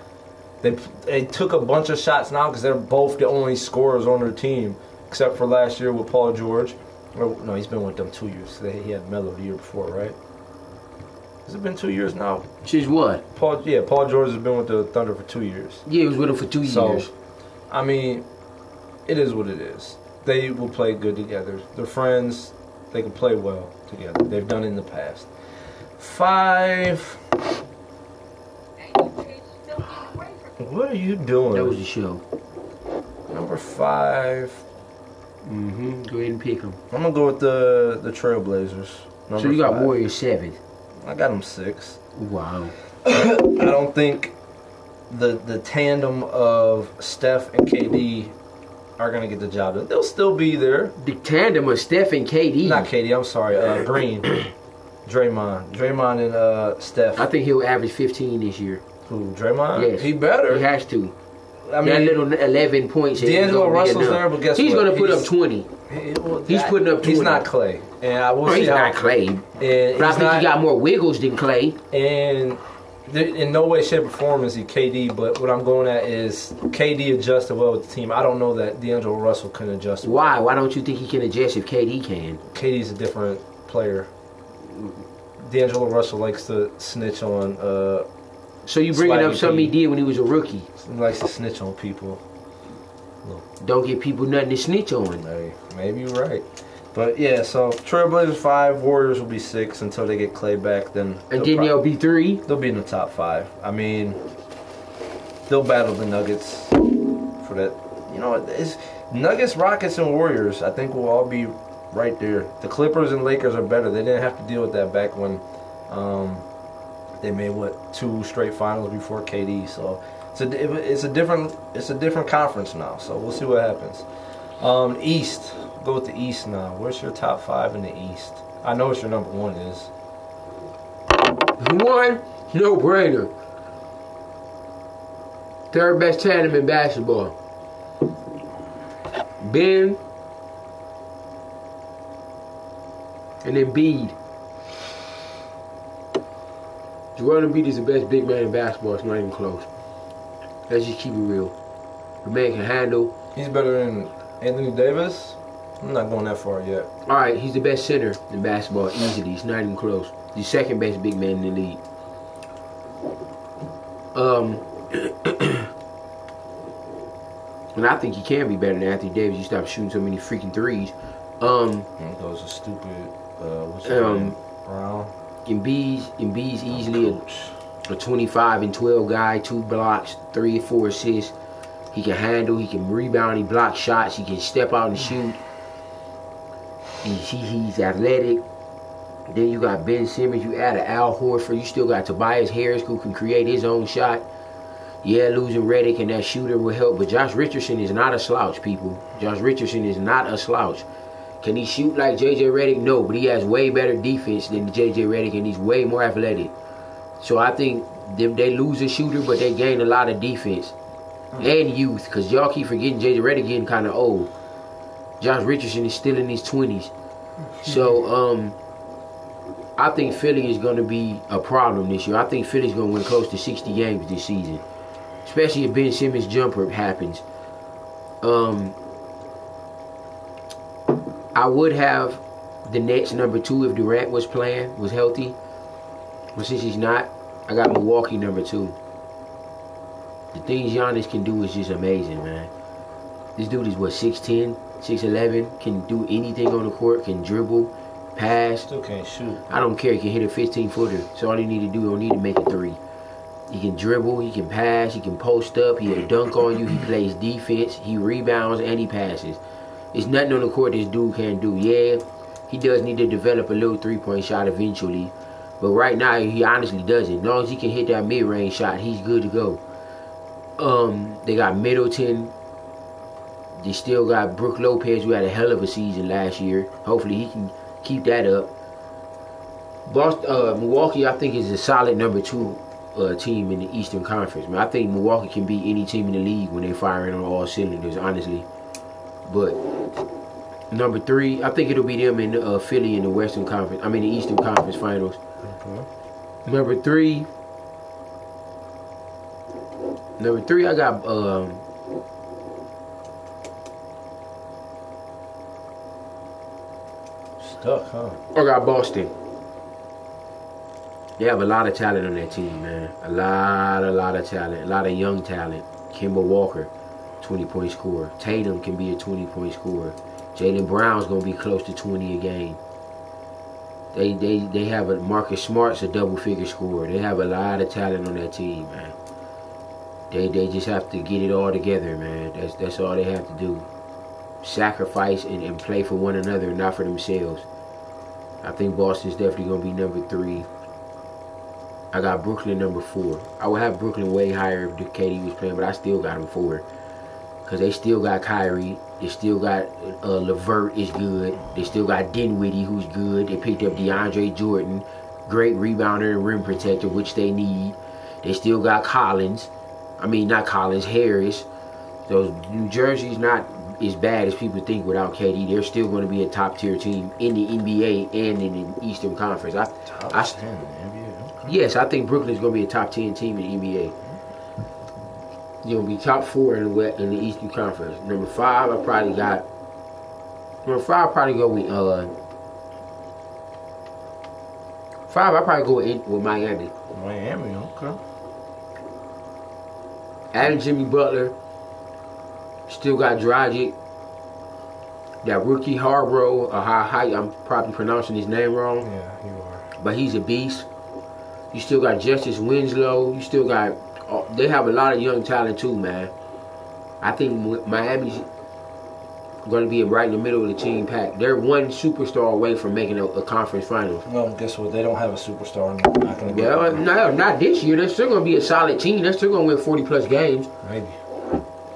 A: They they took a bunch of shots now because they're both the only scorers on their team, except for last year with Paul George. Or, no, he's been with them two years. They, he had Melo the year before, right? Has it been two years now?
B: Which is what?
A: Paul, yeah, Paul George has been with the Thunder for two years.
B: Yeah, he was with him for two
A: So,
B: years.
A: I mean, it is what it is. They will play good together. They're friends. They can play well together. They've done it in the past. Five. What are you
B: That was
A: doing?
B: the show.
A: Number five.
B: Mm-hmm. Go ahead and pick him.
A: I'm gonna go with the the Trailblazers. Number
B: so you got
A: five.
B: Warriors seven.
A: I got them six.
B: Wow.
A: I don't think the the tandem of Steph and KD are gonna get the job done. They'll still be there.
B: The tandem of Steph and KD.
A: Not Katie, I'm sorry. Uh, Green, Draymond, Draymond and uh, Steph.
B: I think he'll average 15 this year.
A: Who? Draymond.
B: Yes.
A: He better.
B: He has to.
A: I
B: that
A: mean,
B: little 11 points. that he's
A: D'Angelo
B: gonna be
A: Russell's
B: getting up.
A: there, but guess
B: he's
A: what?
B: gonna put
A: He's-
B: up 20.
A: he- well,
B: he's
A: that-
B: putting up
A: He's
B: 20.
A: not Clay, and I will
B: Well,
A: see
B: he's
A: how.
B: not Clay,
A: And
B: but I
A: he's
B: think
A: not,
B: he got more wiggles than Clay.
A: and th- in no way, shape, or form is he KD. But what I'm going at is KD adjusted well with the team. I don't know that D'Angelo Russell can adjust.
B: Why? Why don't you think he can adjust if KD can?
A: KD's a different player. D'Angelo Russell likes to snitch on. Uh,
B: So you bringing up
A: Slightly
B: something he
A: beat.
B: did when he was a rookie.
A: likes to snitch on people.
B: Don't give people nothing to snitch on.
A: Hey, maybe you're right. But yeah, so Trailblazers five, Warriors will be six until they get Clay back. Then
B: And
A: they'll
B: then
A: prob-
B: they'll be three.
A: they'll be in the top five. I mean, they'll battle the Nuggets for that. You know, it's Nuggets, Rockets, and Warriors. I think we'll all be right there. The Clippers and Lakers are better. They didn't have to deal with that back when um, they made what two straight finals before KD. So it's a it's a different it's a different conference now. So we'll see what happens. Um, East, go with the East now. Where's your top five in the East? I know what your number one is.
B: One, no brainer. Third best tandem in basketball. Ben and Embiid. Joel Embiid is the best big man in basketball. It's not even close. Let's just keep it real. The man can handle.
A: He's better than Anthony Davis. I'm not going that far yet.
B: All right, he's the best center in basketball easily. It's not even close. The second best big man in the league. Um, and I think he can be better than Anthony Davis. You stop shooting so many freaking threes. Um,
A: Those are stupid. Uh, what's
B: Um,
A: name? Brown.
B: Embiid, Embiid's easily
A: Coach.
B: a, a 25 and 12 guy, two blocks, three or four assists. He can handle. He can rebound. He blocks shots. He can step out and shoot. He, he, he's athletic. Then you got Ben Simmons. You add an Al Horford. You still got Tobias Harris who can create his own shot. Yeah, losing Reddick and that shooter will help, but Josh Richardson is not a slouch, people. Josh Richardson is not a slouch. Can he shoot like JJ Reddick? No, but he has way better defense than JJ Reddick, and he's way more athletic. So I think they, they lose a shooter, but they gain a lot of defense and youth, because y'all keep forgetting JJ Reddick getting kind of old. Josh Richardson is still in his twenties, so um, I think Philly is going to be a problem this year. I think Philly's going to win close to sixty games this season, especially if Ben Simmons' jumper happens. Um, I would have the Nets number two if Durant was playing, was healthy. But since he's not, I got Milwaukee number two. The things Giannis can do is just amazing, man. This dude is what 6'10, 6'11, can do anything on the court, can dribble, pass.
A: Still can't shoot.
B: I don't care, he can hit a 15 footer. So all you need to do, you don't need to make a three. He can dribble, he can pass, he can post up, he'll dunk on you, he plays defense, he rebounds, and he passes. It's nothing on the court this dude can do. Yeah, he does need to develop a little three point shot eventually. But right now, he honestly doesn't. As long as he can hit that mid range shot, he's good to go. Um, they got Middleton. They still got Brooke Lopez, who had a hell of a season last year. Hopefully, he can keep that up. Boston, uh, Milwaukee, I think, is a solid number two uh, team in the Eastern Conference. Man, I think Milwaukee can beat any team in the league when they're firing on all cylinders, honestly. But number three, I think it'll be them in uh, Philly in the Western Conference. I mean, the Eastern Conference Finals.
A: Mm-hmm.
B: Number three. Number three, I got um.
A: Stuck, huh?
B: I got Boston. They have a lot of talent on that team, man. A lot, a lot of talent. A lot of young talent. Kimber Walker, 20 point scorer. Tatum can be a 20 point scorer. Jalen Brown's gonna be close to 20 a game. They they they have a Marcus Smart's a double figure scorer. They have a lot of talent on that team, man. They they just have to get it all together, man. That's that's all they have to do. Sacrifice and, and play for one another, not for themselves. I think Boston's definitely gonna be number three. I got Brooklyn number four. I would have Brooklyn way higher if Katie was playing, but I still got him four. Cause they still got Kyrie. They still got uh, Levert is good. They still got Dinwiddie who's good. They picked up DeAndre Jordan, great rebounder and rim protector, which they need. They still got Collins. I mean, not Collins, Harris. So New Jersey's not as bad as people think without KD. They're still going to be a top tier team in the NBA and in the Eastern Conference. I,
A: Top
B: I,
A: 10 in the NBA. Okay.
B: Yes, I think Brooklyn's going to be a top ten team in the NBA. You'll be top four in the West, in the Eastern Conference. Number five, I probably got. Number five, I probably go with. Uh, five, I probably go in with Miami.
A: Miami, okay.
B: Adding Jimmy Butler. Still got Dragic. That rookie Harbro, uh, how, how, I'm probably pronouncing his name wrong.
A: Yeah, you are.
B: but he's a beast. You still got Justice Winslow. You still got. oh, They have a lot of young talent too, man. I think Mi- Miami's going to be right in the middle of the team pack. They're one superstar away from making a, a conference finals.
A: Well, guess what? They don't have a superstar. and they're Not gonna get
B: Well,
A: one.
B: uh, no, not this year. They're still going to be a solid team. They're still going to win 40 plus games.
A: Maybe.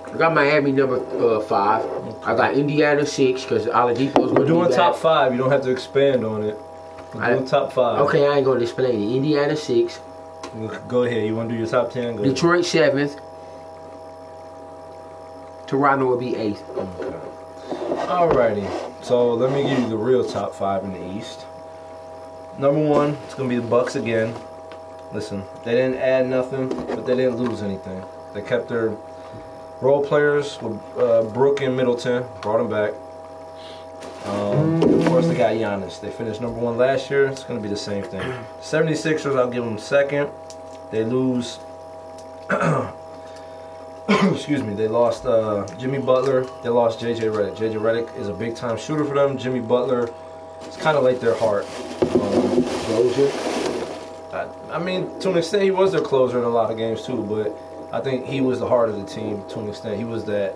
B: I got Miami number uh, five. I got Indiana six because Oladipo's
A: We're
B: going to
A: doing
B: be
A: top
B: top.
A: five. You don't have to expand on it. We're
B: I-
A: doing top five.
B: Okay, I ain't going to explain it. Indiana six.
A: Look, Go ahead. You want to do your top ten? Go ahead.
B: Detroit seventh. Toronto will be eighth.
A: Okay. Alrighty. So let me give you the real top five in the East. Number one, it's gonna be the Bucks again. Listen, they didn't add nothing, but they didn't lose anything. They kept their role players with uh, Brook and Middleton, brought them back. Um, of course, they got Giannis. They finished number one last year. It's gonna be the same thing. 76ers, I'll give them second. They lose. excuse me. They lost uh, Jimmy Butler. They lost JJ Redick. JJ Redick is a big time shooter for them. Jimmy Butler, it's kind of like their heart. Um,
B: Closer.
A: I, I mean, to an extent, he was their closer in a lot of games too. But I think he was the heart of the team to an extent. He was that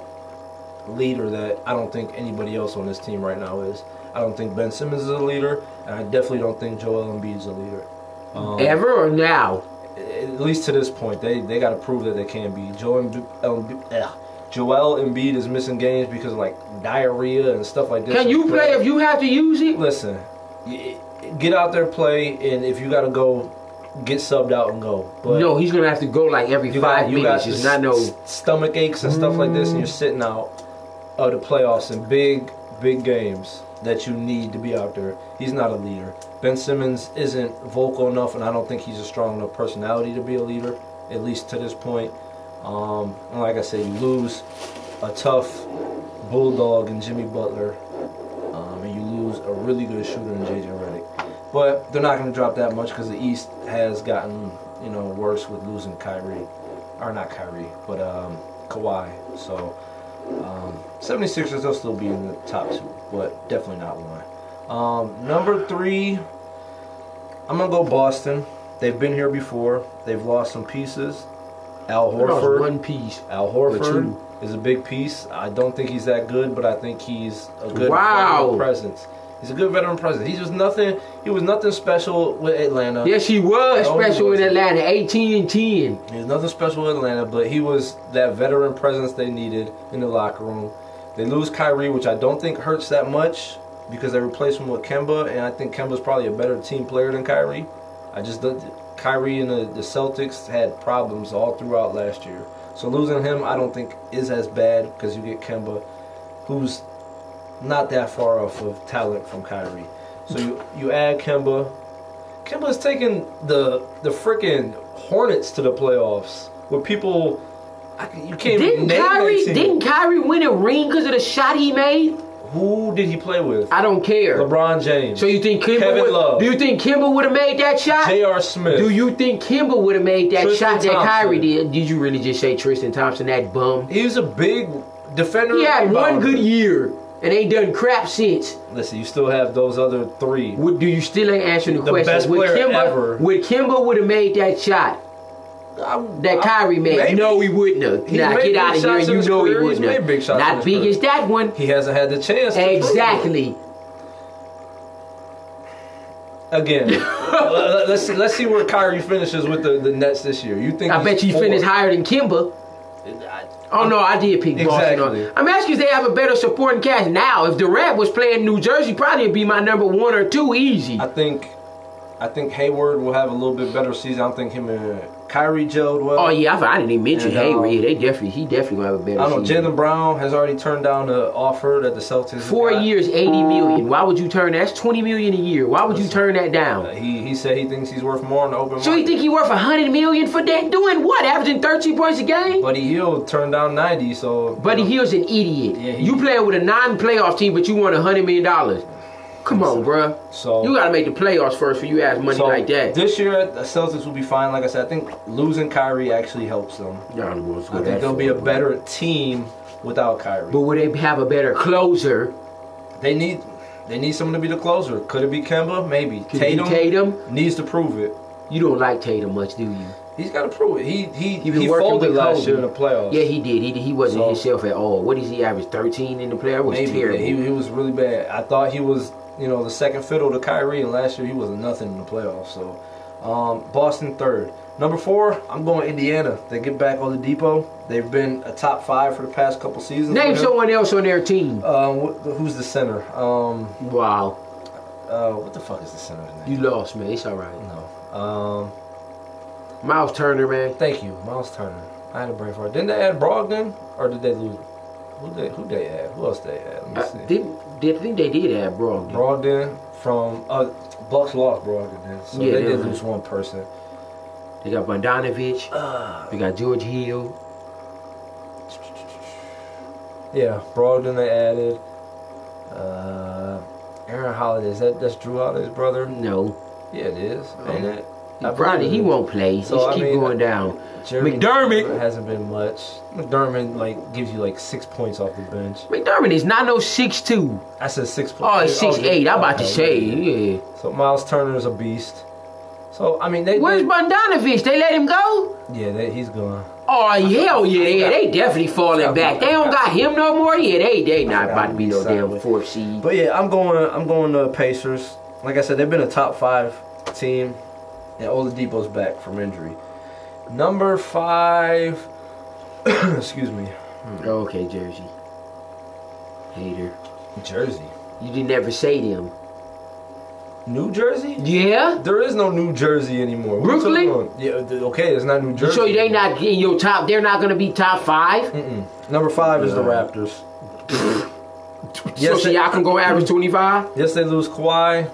A: leader that I don't think anybody else on this team right now is. I don't think Ben Simmons is a leader, and I definitely don't think Joel Embiid is a leader. Um,
B: Ever or now?
A: at least to this point, they they got to prove that they can be. Joel Embi- Embi- ugh. Joel Embiid is missing games because of, like diarrhea and stuff like this.
B: Can you play if you have to use it?
A: Listen, y- get out there, play, and if you got to go, get subbed out and go. But
B: No, he's gonna have to go like every
A: you
B: five
A: got, you
B: minutes.
A: got
B: It's
A: s-
B: not no.
A: s- stomach aches and stuff like this, and you're sitting out of the playoffs in big, big games that you need to be out there. He's not a leader. Ben Simmons isn't vocal enough, and I don't think he's a strong enough personality to be a leader, at least to this point. Um, and like I said, you lose a tough bulldog in Jimmy Butler, um, and you lose a really good shooter in JJ Redick. But they're not going to drop that much because the East has gotten you know worse with losing Kyrie, or not Kyrie, but um, Kawhi. So um, 76ers they'll still be in the top two, but definitely not one. Um, number three, I'm gonna go Boston. They've been here before. They've lost some pieces. Al
B: They lost
A: Horford.
B: One piece.
A: Al
B: two.
A: Horford is a big piece. I don't think he's that good, but I think he's a good
B: Wow.
A: veteran presence. He's a good veteran presence. He was nothing. He was nothing special with Atlanta.
B: Yes, he was
A: No, he
B: special in
A: wasn't.
B: Atlanta. 18 and 10.
A: He was nothing special with Atlanta, but he was that veteran presence they needed in the locker room. They lose Kyrie, which I don't think hurts that much because they replaced him with Kemba, and I think Kemba's probably a better team player than Kyrie. I just don't- Kyrie and the, the Celtics had problems all throughout last year, so losing him I don't think is as bad because you get Kemba, who's not that far off of talent from Kyrie. So you you add Kemba. Kemba's taking the the freaking Hornets to the playoffs where people I, can- you can't even
B: Didn't
A: name that
B: Kyrie,
A: team.
B: didn't Kyrie win a ring because of the shot he made?
A: Who did he play with?
B: I don't care.
A: LeBron James.
B: So you think Kimba
A: Kevin
B: would,
A: Love.
B: Do you think Kimba would have made that shot?
A: J.R. Smith.
B: Do you think Kimba would have made that
A: Tristan
B: shot that Kyrie
A: Thompson.
B: did? Did you really just say Tristan Thompson, that bum?
A: He was a big defender.
B: He had
A: and
B: one
A: rebounder.
B: good year and ain't done crap since.
A: Listen, you still have those other three.
B: Would, do you still ain't answering the,
A: The
B: question?
A: best
B: would
A: player
B: Kimba,
A: ever.
B: Would Kimba would have made that shot that Kyrie made?
A: Uh, Maybe.
B: No, he wouldn't have.
A: He
B: nah,
A: made
B: get
A: big
B: out of here.
A: shots in
B: You
A: his
B: know he
A: career. He's
B: wouldn't have.
A: made big shots in
B: Not
A: his
B: big
A: career.
B: as that one.
A: He hasn't had the chance. to prove it.
B: Exactly.
A: Again, let- let's see, let's see where Kyrie finishes with the, the Nets this year. You think?
B: I
A: he's
B: bet you
A: four.
B: finish higher than Kimba. Oh no, I did pick Boston.
A: Exactly.
B: on- I'm asking if they have a better supporting cast now. If Durant was playing New Jersey, probably would be my number one or two easy.
A: I think, I think Hayward will have a little bit better season. I don't think him and Kyrie gelled well.
B: oh yeah, I, I didn't even mention
A: And, uh,
B: Hayward. They definitely, he definitely gonna have a better.
A: I don't know.
B: season.
A: Jalen Brown has already turned down the offer that the Celtics
B: Four
A: got.
B: years, eighty million. Why would you turn that? That's twenty million a year. Why would you turn that
A: Uh,
B: down?
A: He he said he thinks he's worth more on the open market.
B: So you think he worth hundred million for that? Doing what? Averaging thirteen points a game?
A: Buddy Hill turned down ninety. So
B: Buddy Hill's an idiot.
A: Yeah, he-
B: you playing with a non-playoff team, but you want hundred million dollars? Come on, bruh.
A: So
B: You gotta make the playoffs first for you ask money
A: so
B: like that.
A: This year the Celtics will be fine. Like I said, I think losing Kyrie actually helps them.
B: Y'all don't want to go
A: I
B: that
A: think they'll be a
B: far,
A: better team without Kyrie.
B: But would they have a better closer?
A: They need they need someone to be the closer. Could it be Kemba? Maybe.
B: Could it be Tatum?
A: needs to prove it.
B: You don't like Tatum much, do you?
A: He's got to prove it. He he he,
B: He been working
A: folded
B: with
A: last
B: Kobe.
A: year in the playoffs.
B: Yeah, he did. He did. he wasn't
A: So-
B: himself at all. What is he average? Thirteen in the playoff It was
A: Maybe.
B: terrible.
A: He, he was really bad. I thought he was you know the second fiddle to Kyrie, and last year he was nothing in the playoffs. So um, Boston third. Number four, I'm going Indiana. They get back on the depot. They've been a top five for the past couple seasons.
B: Name
A: with him.
B: someone else on their team.
A: Um, wh- who's the center? Um,
B: Wow,
A: uh, what the fuck is the center's name?
B: you lost, man. It's all right.
A: no. Um,
B: Miles Turner, man. Uh,
A: Thank you, Miles Turner. I had a brain fart. Didn't they add Brogdon, or did they lose? Who they who they add? Who else they add?
B: I
A: Let me see.
B: didn't. Did think they did have Brogdon?
A: Brogdon from uh, Bucks lost Brogdon, then, so
B: Yeah,
A: they
B: they
A: did
B: lost.
A: lose one person.
B: They got Bondanovich. they got George Hill.
A: Yeah, Brogdon they added. Uh, Aaron Holiday is that that's Drew Holiday's brother?
B: No,
A: Yeah, it is.
B: Oh.
A: Ain't it? I
B: probably
A: believe
B: he
A: it.
B: won't play.
A: So,
B: Just
A: I
B: keep
A: mean, uh,
B: going down.
A: Jeremy
B: McDermott.
A: Dolan hasn't been much. McDermott like gives you like six points off the bench.
B: McDermott is not no six two.
A: I said six points.
B: Oh, he's six eight. Oh, I'm about to
A: Oh, Okay,
B: say,
A: yeah.
B: yeah.
A: So Miles Turner is a beast. So I mean, they
B: Where's Bondanovich? They let him go?
A: yeah, they, he's gone.
B: Oh hell yeah, they, they definitely falling back. They don't got him no more. Yeah, they they not about to be no damn four seed.
A: But yeah, I'm going. I'm going to Pacers. Like I said, they've been a top five team, and Oladipo's back from injury. Number five. excuse me,
B: Okay, Jersey. Hater.
A: Jersey,
B: You didn't ever say them.
A: New Jersey.
B: Yeah?
A: There is no New Jersey anymore. What you
B: Brooklyn?
A: talking about? Yeah. uh, th- Okay, it's not New Jersey.
B: So they not in your top they're not gonna be top five?
A: Mm-mm. Number five is the Raptors.
B: so
A: yes,
B: so
A: they, Uh,
B: y'all can go average twenty five?
A: yes, they lose Kawhi,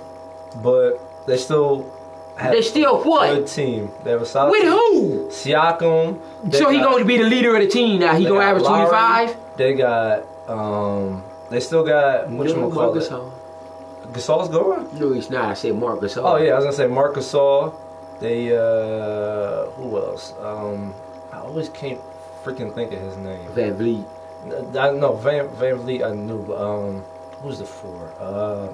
A: but they still have
B: They still
A: a
B: what?
A: good team. They have a solid
B: With
A: team.
B: who?
A: Siakam. They
B: So he
A: got-
B: gonna be the leader of the team now. He
A: they
B: gonna
A: got
B: average
A: Lowry.
B: twenty five?
A: They got um. They still got what you gonna call it? Gasol's going.
B: No, he's not. I said Marcus.
A: Oh yeah, I was gonna say Marcus Gasol. They uh, who else? Um, I always can't freaking think of his name.
B: Van Vliet.
A: I know Van Van Vliet. I knew. but, Um, who's the four? Uh,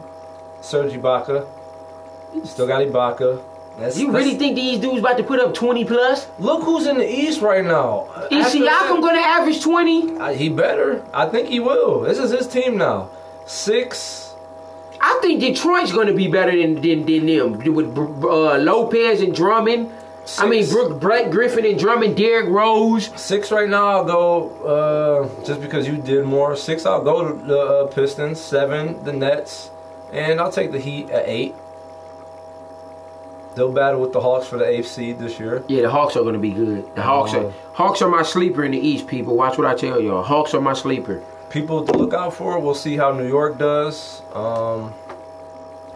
A: Serge Ibaka. Still got Ibaka. That's,
B: You
A: that's-
B: really think these dudes about to put up twenty plus?
A: Look who's in the East right now.
B: Is
A: After
B: Siakam
A: that,
B: gonna average twenty?
A: I- he better. I think he will. This is his team now. Six.
B: I think Detroit's going to be better than than, than them with uh, Lopez and Drummond. I mean,
A: Six.
B: Brooke, Brett Griffin and Drummond, Derrick Rose.
A: Six right now. I'll go uh, just because you did more. Six. I'll go to the uh, Pistons. Seven. The Nets. And I'll take the Heat at eight. They'll battle with the Hawks for the eighth seed this year.
B: Yeah, the Hawks are going to be good. The Hawks are
A: Wow.
B: Hawks are my sleeper in the East. People, watch what I tell y'all. Hawks are my sleeper.
A: people to look out for. We'll see how New York does. Um,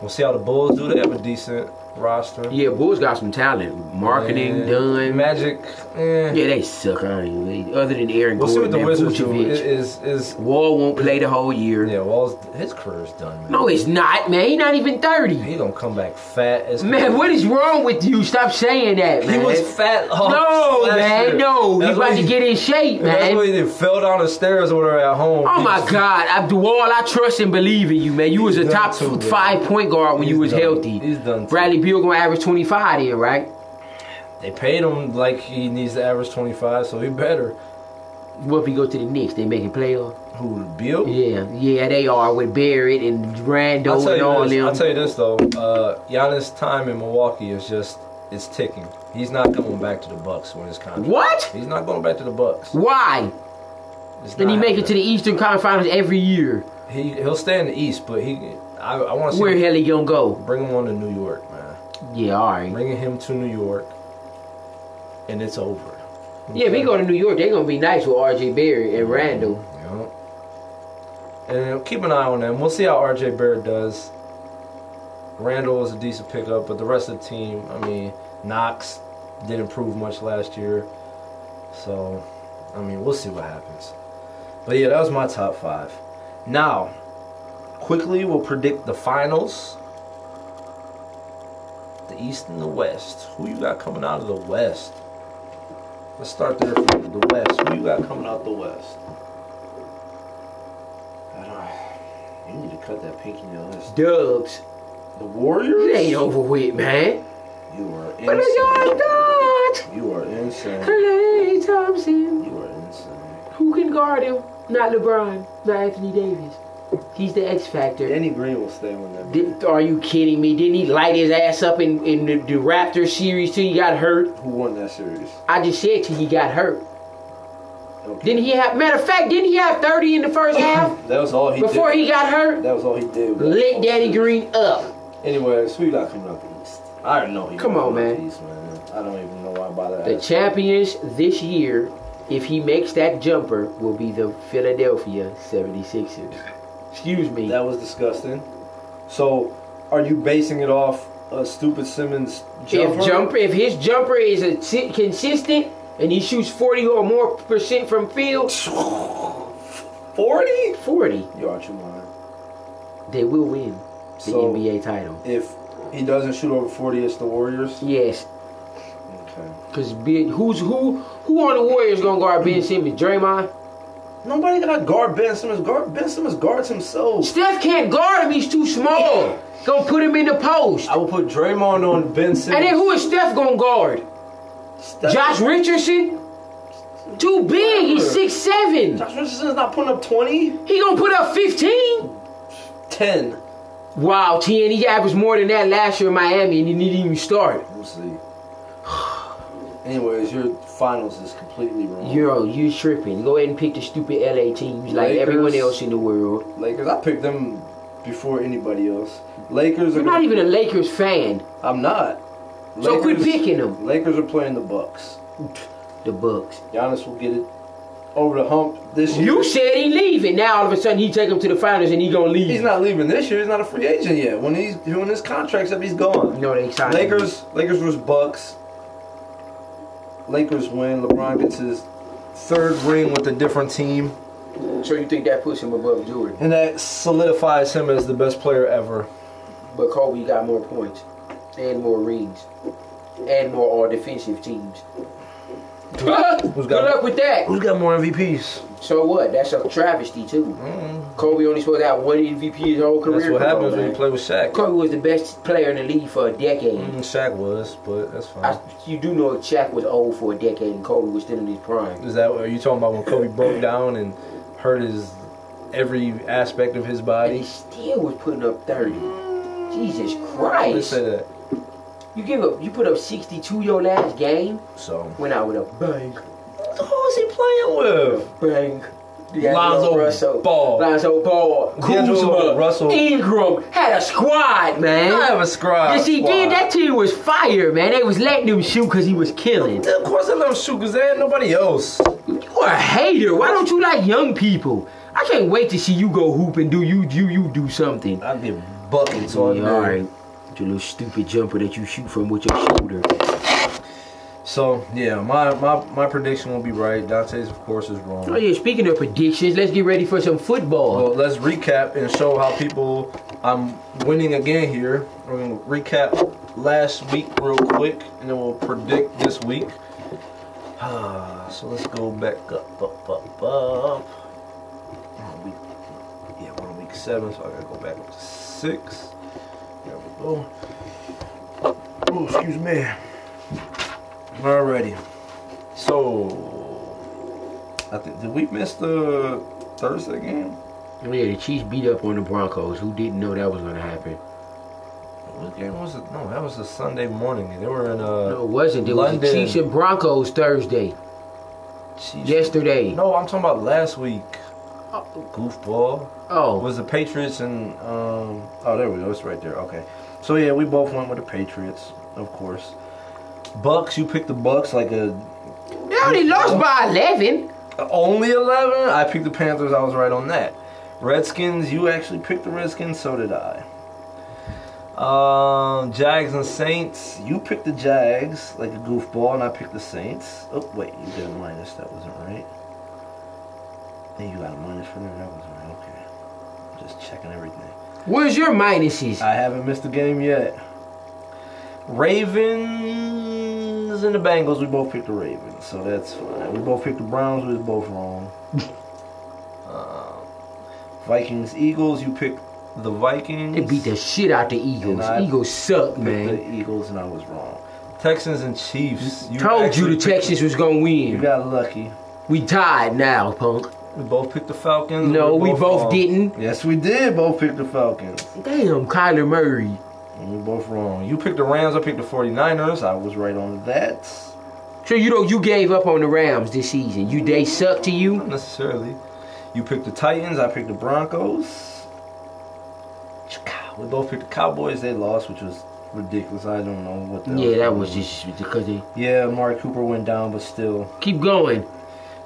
A: we'll see how the Bulls do. They have a decent roster.
B: Yeah, Bulls got some talent. Marketing
A: And
B: done.
A: Magic. eh.
B: Yeah, they suck. I ain't really- other than Aaron
A: We'll see what
B: Gordon
A: the
B: and
A: Wizards do.
B: Vucevic.
A: Is, is is
B: Wall won't play the whole year.
A: yeah? Walls. His career's done, man.
B: No, he's not, man. He's not even thirty.
A: He gonna come back fat as
B: Man, what is wrong with you? Stop saying that,
A: He
B: man.
A: was fat. all
B: No,
A: last
B: man,
A: year.
B: no.
A: That's
B: He's
A: what
B: about to
A: he-
B: get in shape,
A: That's what
B: man.
A: he did. Fell down the stairs with her at home.
B: Oh my God, Abdul! I trust and believe in you, man. You was a
A: He's done
B: top
A: too, bro.
B: five point guard when you
A: He's
B: was
A: done.
B: healthy.
A: He's done too.
B: Bradley Beal gonna average twenty five here, right?
A: They paid him like he needs to average twenty five, so he better.
B: What if he go to the Knicks? They make it playoff.
A: Who Bill?
B: Yeah, yeah, they are with Barrett and
A: I'll
B: Randall
A: tell,
B: and
A: you
B: all
A: this,
B: them.
A: I'll tell you this though, uh, Giannis' time in Milwaukee is just it's ticking. He's not coming back to the Bucks when his contract.
B: what?
A: He's not going back to the Bucks.
B: Why?
A: It's
B: Then
A: not
B: he make it to the Eastern Conference Finals every year.
A: happening. He he'll stay in the East, but he I, I want to see
B: Where
A: him-
B: hell he gonna go?
A: bring him on to New York, man.
B: Yeah, all right.
A: Bringing him to New York, and it's over.
B: Yeah, if he go to New York, they gonna be nice with R.J. Barrett and Randall.
A: Yup. And uh, keep an eye on them. We'll see how RJ Barrett does. Randall is a decent pickup, but the rest of the team, I mean, Knox didn't improve much last year. So, I mean, we'll see what happens. But yeah, that was my top five. Now, quickly, we'll predict the finals the East and the West. Who you got coming out of the West? Let's start there for the West. Who you got coming out the West? I don't. You need to cut that pinky nail. That's-
B: Dubs.
A: The Warriors?
B: It ain't over with, man.
A: You are
B: But it's
A: insane.
B: all God.
A: You are insane.
B: Clay Thompson.
A: You are insane.
B: Who can guard him? Not LeBron. Not Anthony Davis. He's the X factor.
A: Danny Green will stay with them.
B: Did, are you kidding me? Didn't he light his ass up in, in the, the Raptors series till he got hurt?
A: Who won that series?
B: I just said till he got hurt.
A: Okay.
B: Didn't he have? Matter of fact, didn't he have thirty in the first half
A: That was all he
B: before
A: did.
B: he got hurt?
A: That was all he did. was-
B: Lit Danny Green up.
A: Anyways, who you got coming out the East? I already know who you
B: Come
A: got
B: on,
A: coming out
B: man.
A: The East, man. I don't even know why I bother.
B: The
A: asking.
B: champions this year, if he makes that jumper, will be the Philadelphia 76ers. Excuse me.
A: That was disgusting. So, are you basing it off a stupid Simmons jumper?
B: If jumper, if his jumper is a t- consistent and he shoots forty or more percent from field,
A: forty?
B: forty,
A: You're out your mind.
B: they will win the
A: So-
B: NBA title.
A: If he doesn't shoot over forty, it's the Warriors.
B: Yes,
A: Okay.
B: because who's who? Who on the Warriors gonna guard Ben Simmons? Draymond?
A: Nobody got guard Ben Simmons. Guard Ben Simmons guards himself.
B: Steph can't guard him. He's too small. Gonna put him in the post.
A: I will put Draymond on Ben Simmons.
B: And then who is Steph gonna guard?
A: Steph-
B: Josh Richardson? Too big. He's six seven.
A: Josh Richardson's not putting up 20.
B: He gonna put up fifteen.
A: 10.
B: Wow, T and he averaged more than that last year in Miami, and he didn't even start.
A: We'll see. Anyways, your finals is completely wrong.
B: Yo, you tripping? Go ahead and pick the stupid LA teams like everyone
A: Lakers.
B: else in the world.
A: Lakers, I picked them before anybody else. Lakers are
B: You're not even a Lakers fan.
A: I'm not.
B: So quit picking them.
A: Lakers are playing the Bucks.
B: The Bucks.
A: Giannis will get it over the hump this year.
B: You said he leaving. Now all of a sudden he take him to the finals and he gonna leave.
A: he's not leaving this year. He's not a free agent yet. When he's when his contract's up, he's gone.
B: No, they signed. him.
A: Lakers, Lakers versus Bucks. Lakers win. LeBron gets his third ring with a different team,
B: So you think that puts him above Jordan?
A: and that solidifies him as the best player ever.
B: But Kobe got more points and more rings and more all defensive teams. Good
A: Who's got-
B: luck with that.
A: Who's got more MVPs?
B: So what? That's a travesty too. Kobe only supposed to have one MVP his whole
A: Mm, That's
B: career.
A: what
B: Come on,
A: happens when
B: man.
A: you play with Shaq.
B: Kobe was the best player in the league for a decade.
A: Mm, Shaq was, but that's fine.
B: I, you do know Shaq was old for a decade and Kobe was still in his prime.
A: Is that are you talking about when Kobe broke down and hurt his every aspect of his
B: And he
A: body?
B: still was putting up 30. Jesus
A: They
B: Christ.
A: say that.
B: You give up you put up 62 your last game,
A: So
B: went out with a bang.
A: who is he playing with?
B: Bang.
A: Lonzo Ball.
B: Lonzo Ball.
A: D'Angelo
B: Kuzma.
A: Russell.
B: Ingram had a squad, man.
A: I have a scribe.
B: Eh? Yes, he
A: squad.
B: did. That team was fire, man. They was letting him shoot because he was killing.
A: Of course, I let him shoot because there ain't nobody else.
B: You are a hater. Why don't you like young people? I can't wait to see you go hoop and do you you you do something.
A: I get buckets
B: All
A: all day.
B: right, your little stupid jumper that you shoot from with your shooter.
A: So yeah, my, my my prediction will be right. Dante's, of course, is wrong.
B: Oh yeah, speaking of predictions, let's get ready for some football.
A: Well, let's recap and show how people I'm winning again here. We're gonna recap last week real quick, and then we'll predict this week. Ah, so let's go back up, up, up, up. We're on week- yeah, we're on week seven, so I gotta go back up to six. There we go. Oh, excuse me. Alrighty. So, I think did we miss the Thursday game?
B: Oh yeah, the Chiefs beat up on the Broncos. Who didn't know that was gonna happen?
A: What game was it? No, that was the Sunday morning. They were in uh
B: No, it wasn't. It was the
A: London.
B: Chiefs and Broncos Thursday.
A: Chiefs-
B: Yesterday.
A: No, I'm talking about last week. Goofball
B: Oh,
A: was the Patriots and um oh there we go. It's right there. Okay, so yeah, we both went with the Patriots, of course. Bucks, you picked the Bucks like a
B: they only lost by 11.
A: only eleven. I picked the Panthers. I was right on that. Redskins, you actually picked the Redskins. So did I. Um, Jags and Saints. You picked the Jags like a goofball, and I picked the Saints. Oh wait, you got a minus. That wasn't right. Then you got a minus for there. That wasn't right. Okay, just checking everything.
B: Where's your minuses?
A: I haven't missed a game yet. Ravens and the Bengals. We both picked the Ravens, so that's fine. We both picked the Browns. We was both wrong. Um, Vikings, Eagles. You picked the Vikings.
B: They beat the shit out the Eagles.
A: And I-
B: Eagles suck,
A: Picked
B: man.
A: The Eagles, and I was wrong. Texans and Chiefs.
B: Told you
A: actually
B: the
A: picked-
B: Texans was gonna
A: You
B: win.
A: got lucky.
B: We tied now, punk.
A: We both picked the Falcons.
B: No, we both
A: wrong.
B: didn't.
A: Yes, we did. Both pick the Falcons.
B: Damn, Kyler Murray.
A: And we both wrong. You picked the Rams. I picked the 49ers. I was right on that.
B: So you know you gave up on the Rams this season. You they suck to
A: Not
B: you.
A: necessarily. You picked the Titans. I picked the Broncos. We both picked the Cowboys. They lost, which was ridiculous. I don't know what. The
B: Yeah, that was just because they
A: Yeah, Amari Cooper went down, but still.
B: keep going.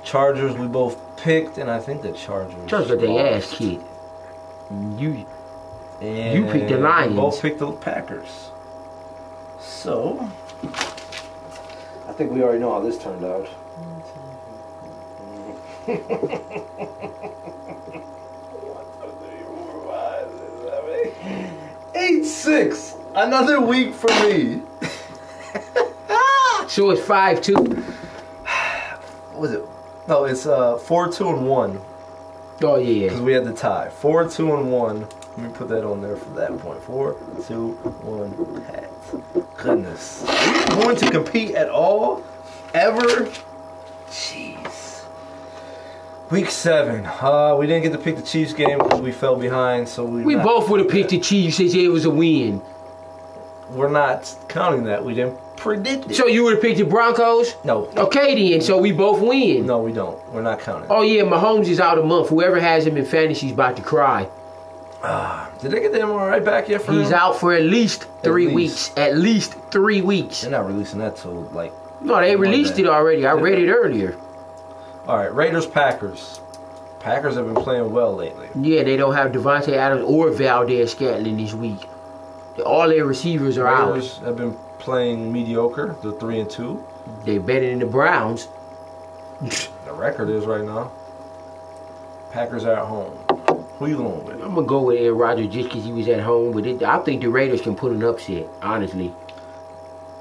A: Chargers. We both picked, and I think the Chargers.
B: Just let they
A: lost.
B: ass kid. You
A: And
B: You picked the
A: we
B: Lions.
A: Both picked the Packers. So. I think we already know how this turned out. Eight six, another week for me.
B: so it's five two.
A: What was it? No, it's uh four two and one.
B: Oh yeah.
A: Because we had the tie. Four, two, and one. Let me put that on there for that point. Four, two, one, Pat. Goodness. Are we going to compete at all? Ever? Jeez. Week seven. Uh, we didn't get to pick the Chiefs game because we fell behind, so we
B: We both would have picked the Chiefs since it was a win.
A: We're not counting that. We didn't predict it.
B: So you would have picked the Broncos?
A: no,
B: Okay then, so we both win.
A: no, we don't. We're not counting.
B: Oh yeah, Mahomes is out a month. Whoever has him in fantasy's about to cry.
A: Did they get the MRI back yet for
B: He's
A: him?
B: out for at least three
A: Um, least.
B: weeks. At least three weeks.
A: They're not releasing that till like.
B: No, they
A: Monday.
B: released it already. I read it earlier.
A: All right, Raiders Packers. Packers have been playing well lately.
B: Yeah, they don't have Devontae Adams or Valdez Scatlin this week. All their receivers are out.
A: Raiders have been playing mediocre. They're three and two.
B: They better than the Browns.
A: The record is right now. Packers are at home. Who you going with?
B: I'm gonna go with Aaron Rodgers just because he was at home. But it, I think the Raiders can put an upset. Honestly,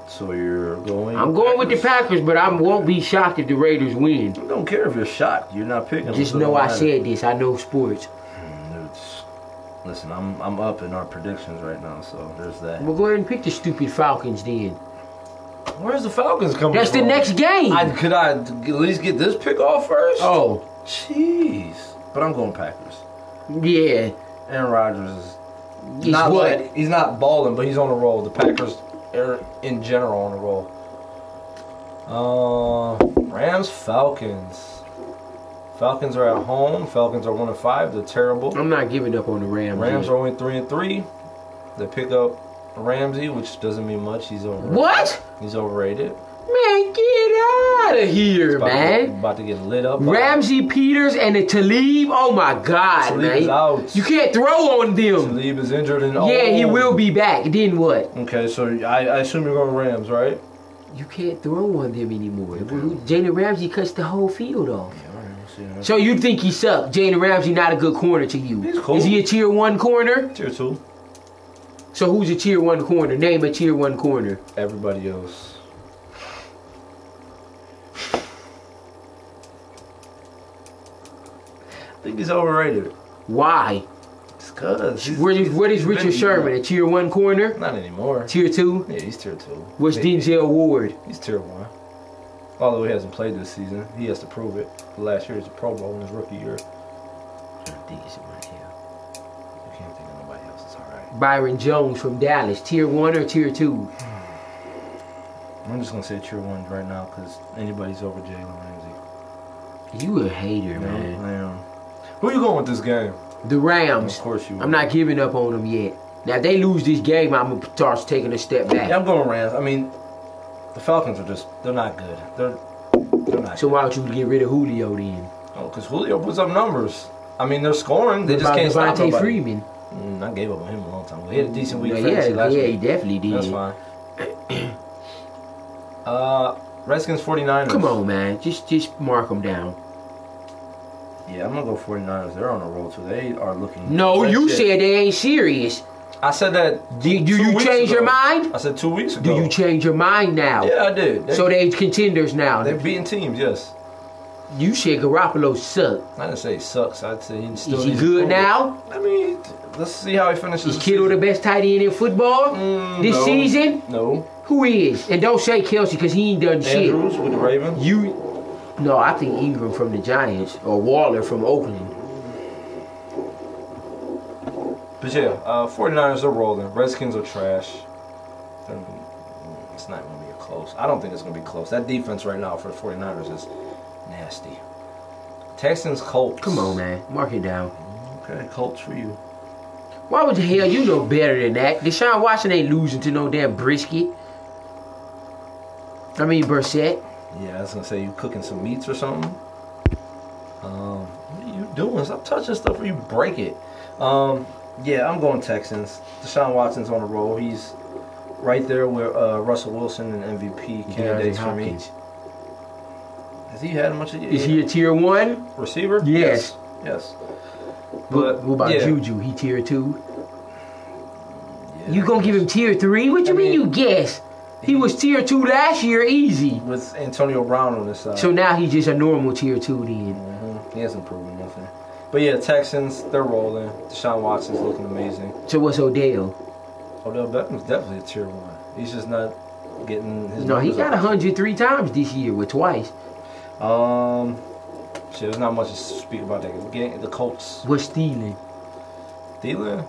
A: So you're going.
B: I'm going with the Packers, but I won't be shocked if the Raiders win.
A: I don't care if you're shocked. You're not picking. them,
B: Just
A: so it don't
B: know I
A: matter.
B: said this. I know sports.
A: It's- Listen, I'm I'm up in our predictions right now, so there's that.
B: Well, go ahead and pick the stupid Falcons then.
A: Where's the Falcons coming?
B: That's the
A: from?
B: next game.
A: I, could I at least get this pick off first?
B: oh,
A: jeez! But I'm going Packers.
B: yeah.
A: Aaron Rodgers is
B: It's
A: not
B: what?
A: like- he's not balling, but he's on a roll. The Packers are in general on a roll. Uh, Rams Falcons. Falcons are at home. Falcons are one and five. They're terrible.
B: I'm not giving up on the Rams.
A: Rams
B: yet.
A: are only three and three. They pick up Ramsey, which doesn't mean much. He's overrated.
B: What?
A: He's overrated.
B: Man, get out of here,
A: About to-
B: man.
A: about to get lit up. Uh, by-
B: Ramsey Peters and the Talib. Oh my God,
A: Talib
B: man.
A: is out.
B: You can't throw on them.
A: Talib is injured and
B: Yeah, he
A: old.
B: will be back. Then what?
A: Okay, so I, I assume you're going Rams, right?
B: You can't throw on them anymore. Jalen Ramsey cuts the whole field off.
A: Yeah, all right, we'll see.
B: So you think he sucked? Jalen Ramsey not a good corner to you?
A: He's cool.
B: Is he a tier one corner?
A: Tier two.
B: So who's a tier one corner? Name a tier one corner.
A: Everybody else. I think he's overrated.
B: Why?
A: It's cause. he's-
B: Where is
A: he's-
B: what is
A: he's
B: Richard
A: been-
B: Sherman? A tier one corner?
A: Not anymore.
B: Tier two?
A: Yeah, he's tier two.
B: What's
A: He-
B: Denzel Ward?
A: He's tier one. Although he hasn't played this season, he has to prove it. Last year was a Pro Bowl in his rookie year. I can't think of nobody else. It's all right.
B: Byron Jones from Dallas. Tier one or tier two?
A: I'm just gonna say tier one right now because anybody's over Jalen Ramsey.
B: You a hater,
A: No,
B: man.
A: I am. Who you going with this game?
B: The
A: Of
B: Rams.
A: course you.
B: I'm not giving up on them yet. Now if they lose this game, I'm gonna start taking a step
A: Yeah,
B: back.
A: I'm going Rams. I mean, the Falcons are just—they're not good. They're—they're not.
B: So why don't you get rid of Julio then?
A: because Julio puts up numbers. I mean, they're scoring. They
B: What
A: just
B: about
A: can't stop
B: Devontae
A: nobody.
B: Freeman.
A: Mm, I gave up on him a long time. ago. He had a decent week.
B: yeah,
A: fantasy
B: yeah,
A: last
B: yeah, he
A: week.
B: definitely did.
A: That's fine. uh, Redskins 49ers.
B: Come on, man. Just just mark them down.
A: Yeah, I'm gonna go 49ers. They're on a roll too. They are looking.
B: No,
A: That
B: you
A: shit-
B: said they ain't serious.
A: I said that.
B: Do, do
A: two
B: you
A: weeks
B: change your
A: ago.
B: mind?
A: I said two weeks ago.
B: Do you change your mind now?
A: Yeah, I did. They,
B: So they contenders now.
A: they're beating teams. Yes.
B: you said Garoppolo sucked.
A: I didn't say he sucks. I'd say he still. Oh.
B: Is he
A: needs
B: good
A: improvement.
B: now?
A: I mean, let's see how he finishes.
B: Is Kittle the best tight end in football
A: Mm,
B: this
A: no.
B: season?
A: No.
B: Who is? And don't say Kelsey because he ain't done shit.
A: Andrews with the Ravens.
B: You. No, I think Ingram from the Giants or Waller from Oakland.
A: But yeah, uh, 49ers are rolling. Redskins are trash. They're- It's not going to be a close. I don't think it's going to be close. That defense right now for the 49ers is nasty. Texans, Colts.
B: Come on, man. Mark it down.
A: Okay, Colts for you.
B: Why would the hell you know better than that? Deshaun Watson ain't losing to no damn brisket. I mean Brissett.
A: Yeah, I was going to say you cooking some meats or something. Um, what are you doing? Stop touching stuff or you break it. Um, yeah, I'm going Texans. Deshaun Watson's on a roll. He's right there with uh, Russell Wilson and MVP candidates for me. Has he had much of a
B: Is he a tier one?
A: receiver?
B: Yes.
A: Yes.
B: But what about
A: yeah.
B: Juju? He tier two.
A: Yeah.
B: You gonna give him tier three? What you
A: I
B: mean,
A: mean-
B: you guess? He was tier two last year, easy.
A: with Antonio Brown on this side?
B: So now he's just a normal tier two then.
A: Mhm. He hasn't proven nothing. But yeah, Texans, they're rolling. Deshaun Watson's looking amazing.
B: So what's Odell?
A: Odell Beckham's definitely a tier one. He's just not getting his.
B: No, he
A: numbers
B: got
A: up.
B: 103 times this year with twice.
A: Um, shit, there's not much to speak about that. game. Getting the Colts,
B: Was stealing
A: Thielen,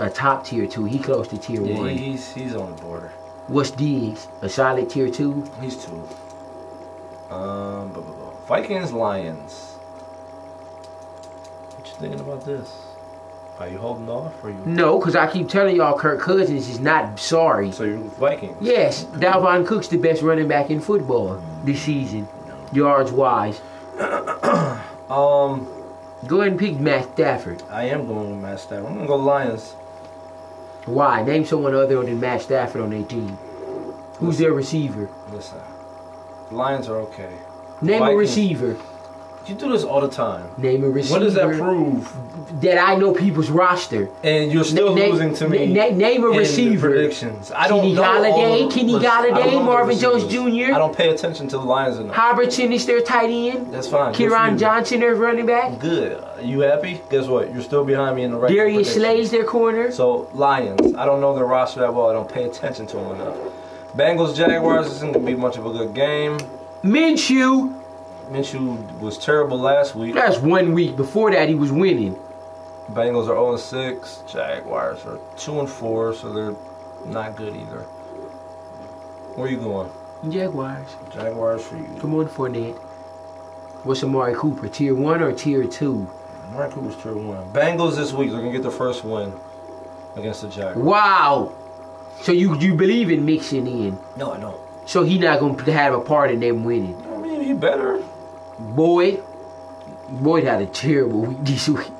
B: a top tier two. He close to tier
A: yeah,
B: one.
A: he, he's he's on the border.
B: What's Diggs? A solid tier two.
A: He's two. Um, blah, blah, blah. Vikings, Lions. What you thinking about this? Are you holding off? Or are you?
B: No, because I keep telling y'all Kirk Cousins is not sorry.
A: So you're Vikings.
B: Yes, Dalvin Cook's the best running back in football this season, yards wise.
A: Um,
B: Go ahead and pick Matt Stafford.
A: I am going with Matt Stafford. I'm gonna go Lions.
B: Why? Name someone other than Matt Stafford on their team. Who's their receiver?
A: Listen, Lions are okay.
B: Name a
A: Vikings.
B: receiver.
A: You do this all the time.
B: Name a receiver.
A: What does that prove?
B: That I know people's roster.
A: And you're still
B: Na- na-
A: losing to me.
B: na- name a
A: in the
B: receiver.
A: Predictions. I don't
B: Kenny
A: know. all
B: Galladay,
A: the-
B: Kenny
A: listen, I don't
B: Galladay,
A: know the
B: Marvin Jones
A: receivers.
B: Jr..
A: I don't pay attention to the Lions enough.
B: Hobbertson is their tight end.
A: That's fine. Good for
B: Kieran
A: you.
B: Johnson, their running back.
A: Good. Uh, You happy? Guess what? You're still behind me in the right.
B: Darius Slay's their corner.
A: So Lions. I don't know their roster that well. I don't pay attention to them enough. Bengals Jaguars isn't gonna be much of a good game.
B: Minshew.
A: Minshew was terrible last week.
B: That's one week. Before that, he was winning.
A: Bengals are 0 6. Jaguars are 2 and 4, so they're not good either. Where you going?
B: Jaguars.
A: Jaguars for you.
B: Come on, Fournette. What's Amari Cooper? Tier one or tier two?
A: Mark was tier 1. Bengals this week, they're going to get the first win against the Jaguars.
B: Wow. So you you believe in mixing in?
A: No, I know.
B: So he not gonna have a part in them winning.
A: I mean, he better.
B: Boyd. Boyd had a terrible week this week.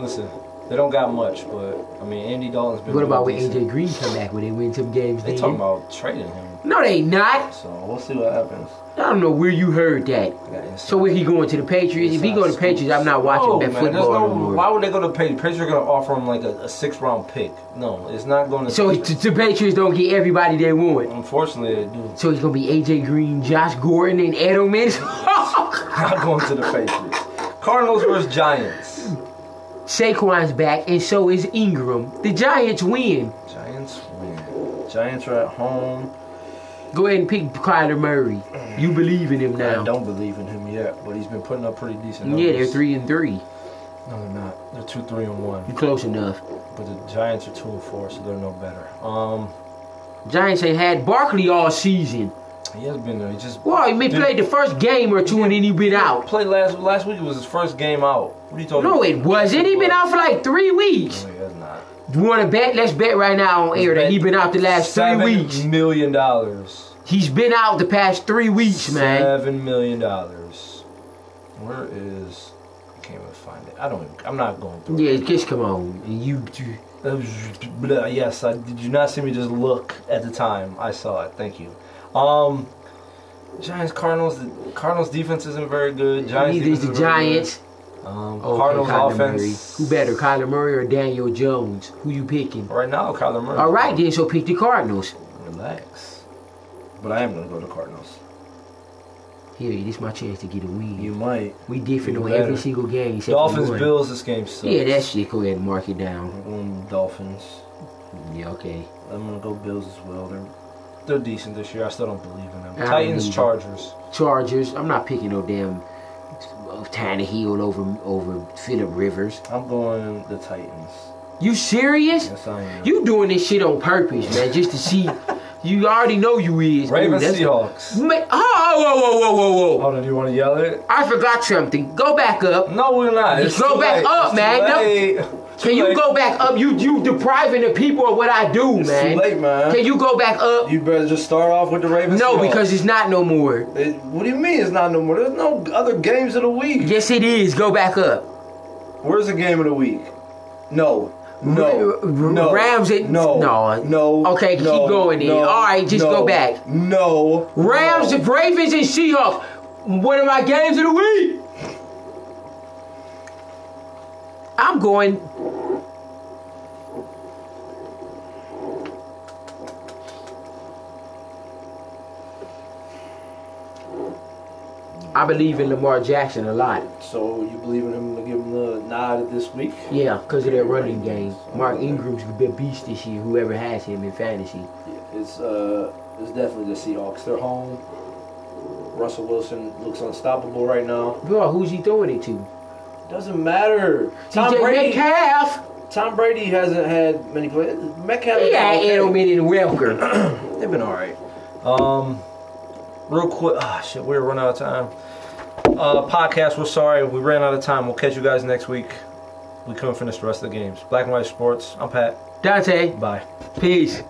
A: Listen, they don't got much, but, I mean, Andy Dalton's been.
B: What about when
A: really decent.
B: AJ Green come back when they win some games?
A: They
B: then?
A: talking about trading him,
B: No, they not.
A: so we'll see what happens.
B: I don't know where you heard that.
A: I got inside-
B: So where he going to the Patriots? If he go to the
A: inside
B: Patriots, I'm not watching
A: No,
B: that
A: man, there's no-
B: football no more.
A: Why would they go to Patriots? Patriots are going to offer him like a, a six round pick. No, it's not going to.
B: So the, the Patriots don't get everybody they want.
A: Unfortunately, they do.
B: So it's gonna be AJ Green, Josh Gordon, and Edelman.
A: Not going to the Patriots. Cardinals versus Giants.
B: Saquon's back, and so is Ingram. The Giants win.
A: Giants win. Giants are at home.
B: Go ahead and pick Kyler Murray. You believe in him
A: I
B: now.
A: don't believe in him yet, but he's been putting up pretty decent numbers.
B: Yeah, they're three and three.
A: No, they're not. They're two, three, and one.
B: You close enough.
A: But the Giants are two and four, so they're no better. Um,
B: Giants ain't had Barkley all season.
A: he has been there. He just
B: Well, he may
A: Dude.
B: played the first game or two, and then he been out.
A: played last last week. It was his first game out. What are you talking
B: No,
A: about?
B: it wasn't. He been out for like three weeks.
A: No, he has not.
B: You want to bet? Let's bet right now on air that he been out the last three
A: Seven
B: weeks.
A: million dollars.
B: He's been out the past three weeks, man.
A: Seven million dollars. Where is? I can't even find it. I don't. even- I'm not going through. it.
B: Yeah, just come on. And you, you-
A: Uh, Yes, I did you not see me just look at the time I saw it. Thank you. Um, Giants Cardinals. The Cardinals defense isn't very good. Giants
B: neither is
A: defense isn't
B: the
A: very
B: Giants.
A: good. Um,
B: Okay,
A: Cardinals
B: Kyler
A: offense.
B: Murray. Who better, Kyler Murray or Daniel Jones? Who you picking?
A: Right now, Kyler Murray.
B: All right, then. So pick the Cardinals.
A: Relax. But I am gonna go to Cardinals.
B: Here, this my chance to get a win.
A: You might.
B: we different
A: you
B: on
A: better.
B: every single game. except
A: Dolphins
B: one.
A: Bills. This game sucks.
B: Yeah, that shit. Go ahead and mark it down.
A: I'm going Dolphins.
B: Yeah, okay.
A: I'm gonna go Bills as well. They're they're decent this year. I still don't believe in them.
B: don't
A: Titans
B: either.
A: Chargers.
B: Chargers. I'm not picking no damn uh, Tannehill over over Phillip Rivers.
A: I'm going the Titans.
B: You serious?
A: Yes, I am.
B: You doing this shit on purpose, man, just to see. You already know you is. dude.
A: Ravens
B: That's-
A: Seahawks.
B: Ma- oh, whoa, whoa, whoa, whoa, whoa, whoa.
A: Hold on, do you want to yell it?
B: I forgot something. Go back up.
A: No, we're not. It's
B: Go
A: too
B: back
A: late.
B: up,
A: It's too
B: man. No.
A: late.
B: Can you go back up? You you depriving the people of what I do,
A: It's
B: man.
A: too late, man.
B: Can you go back up?
A: You better just start off with the Ravens.
B: no,
A: Seahawks.
B: because it's not no more.
A: It- what do you mean it's not no more? There's no other games of the week.
B: Yes, it is. Go back up.
A: Where's the game of the week? No. No.
B: R- r-
A: no.
B: Rams it-
A: No.
B: no.
A: No.
B: Okay, keep
A: no,
B: going then.
A: no,
B: All right, just
A: no,
B: go back.
A: No.
B: Rams,
A: no.
B: the Ravens, and Seahawks. One of my games of the week. I'm going. I believe in Lamar Jackson a lot.
A: So you believe in him to give him the nod this week?
B: Yeah, because of their running game. Mark Ingram's a big beast this year. Whoever has him in fantasy.
A: Yeah, it's uh, it's definitely the Seahawks. They're home. Russell Wilson looks unstoppable right now.
B: Bro, who's he throwing it to?
A: Doesn't matter. Tom
B: TJ
A: Brady.
B: Metcalf.
A: Tom Brady hasn't had many plays. Metcalf.
B: He had
A: okay.
B: Edelman and Welker.
A: They've been all right. Um, real quick. Ah, shit, we're running out of time. Uh, podcast. We're sorry we ran out of time. We'll catch you guys next week. We couldn't finish the rest of the games. Black and white sports. I'm Pat.
B: Dante,
A: Bye.
B: peace.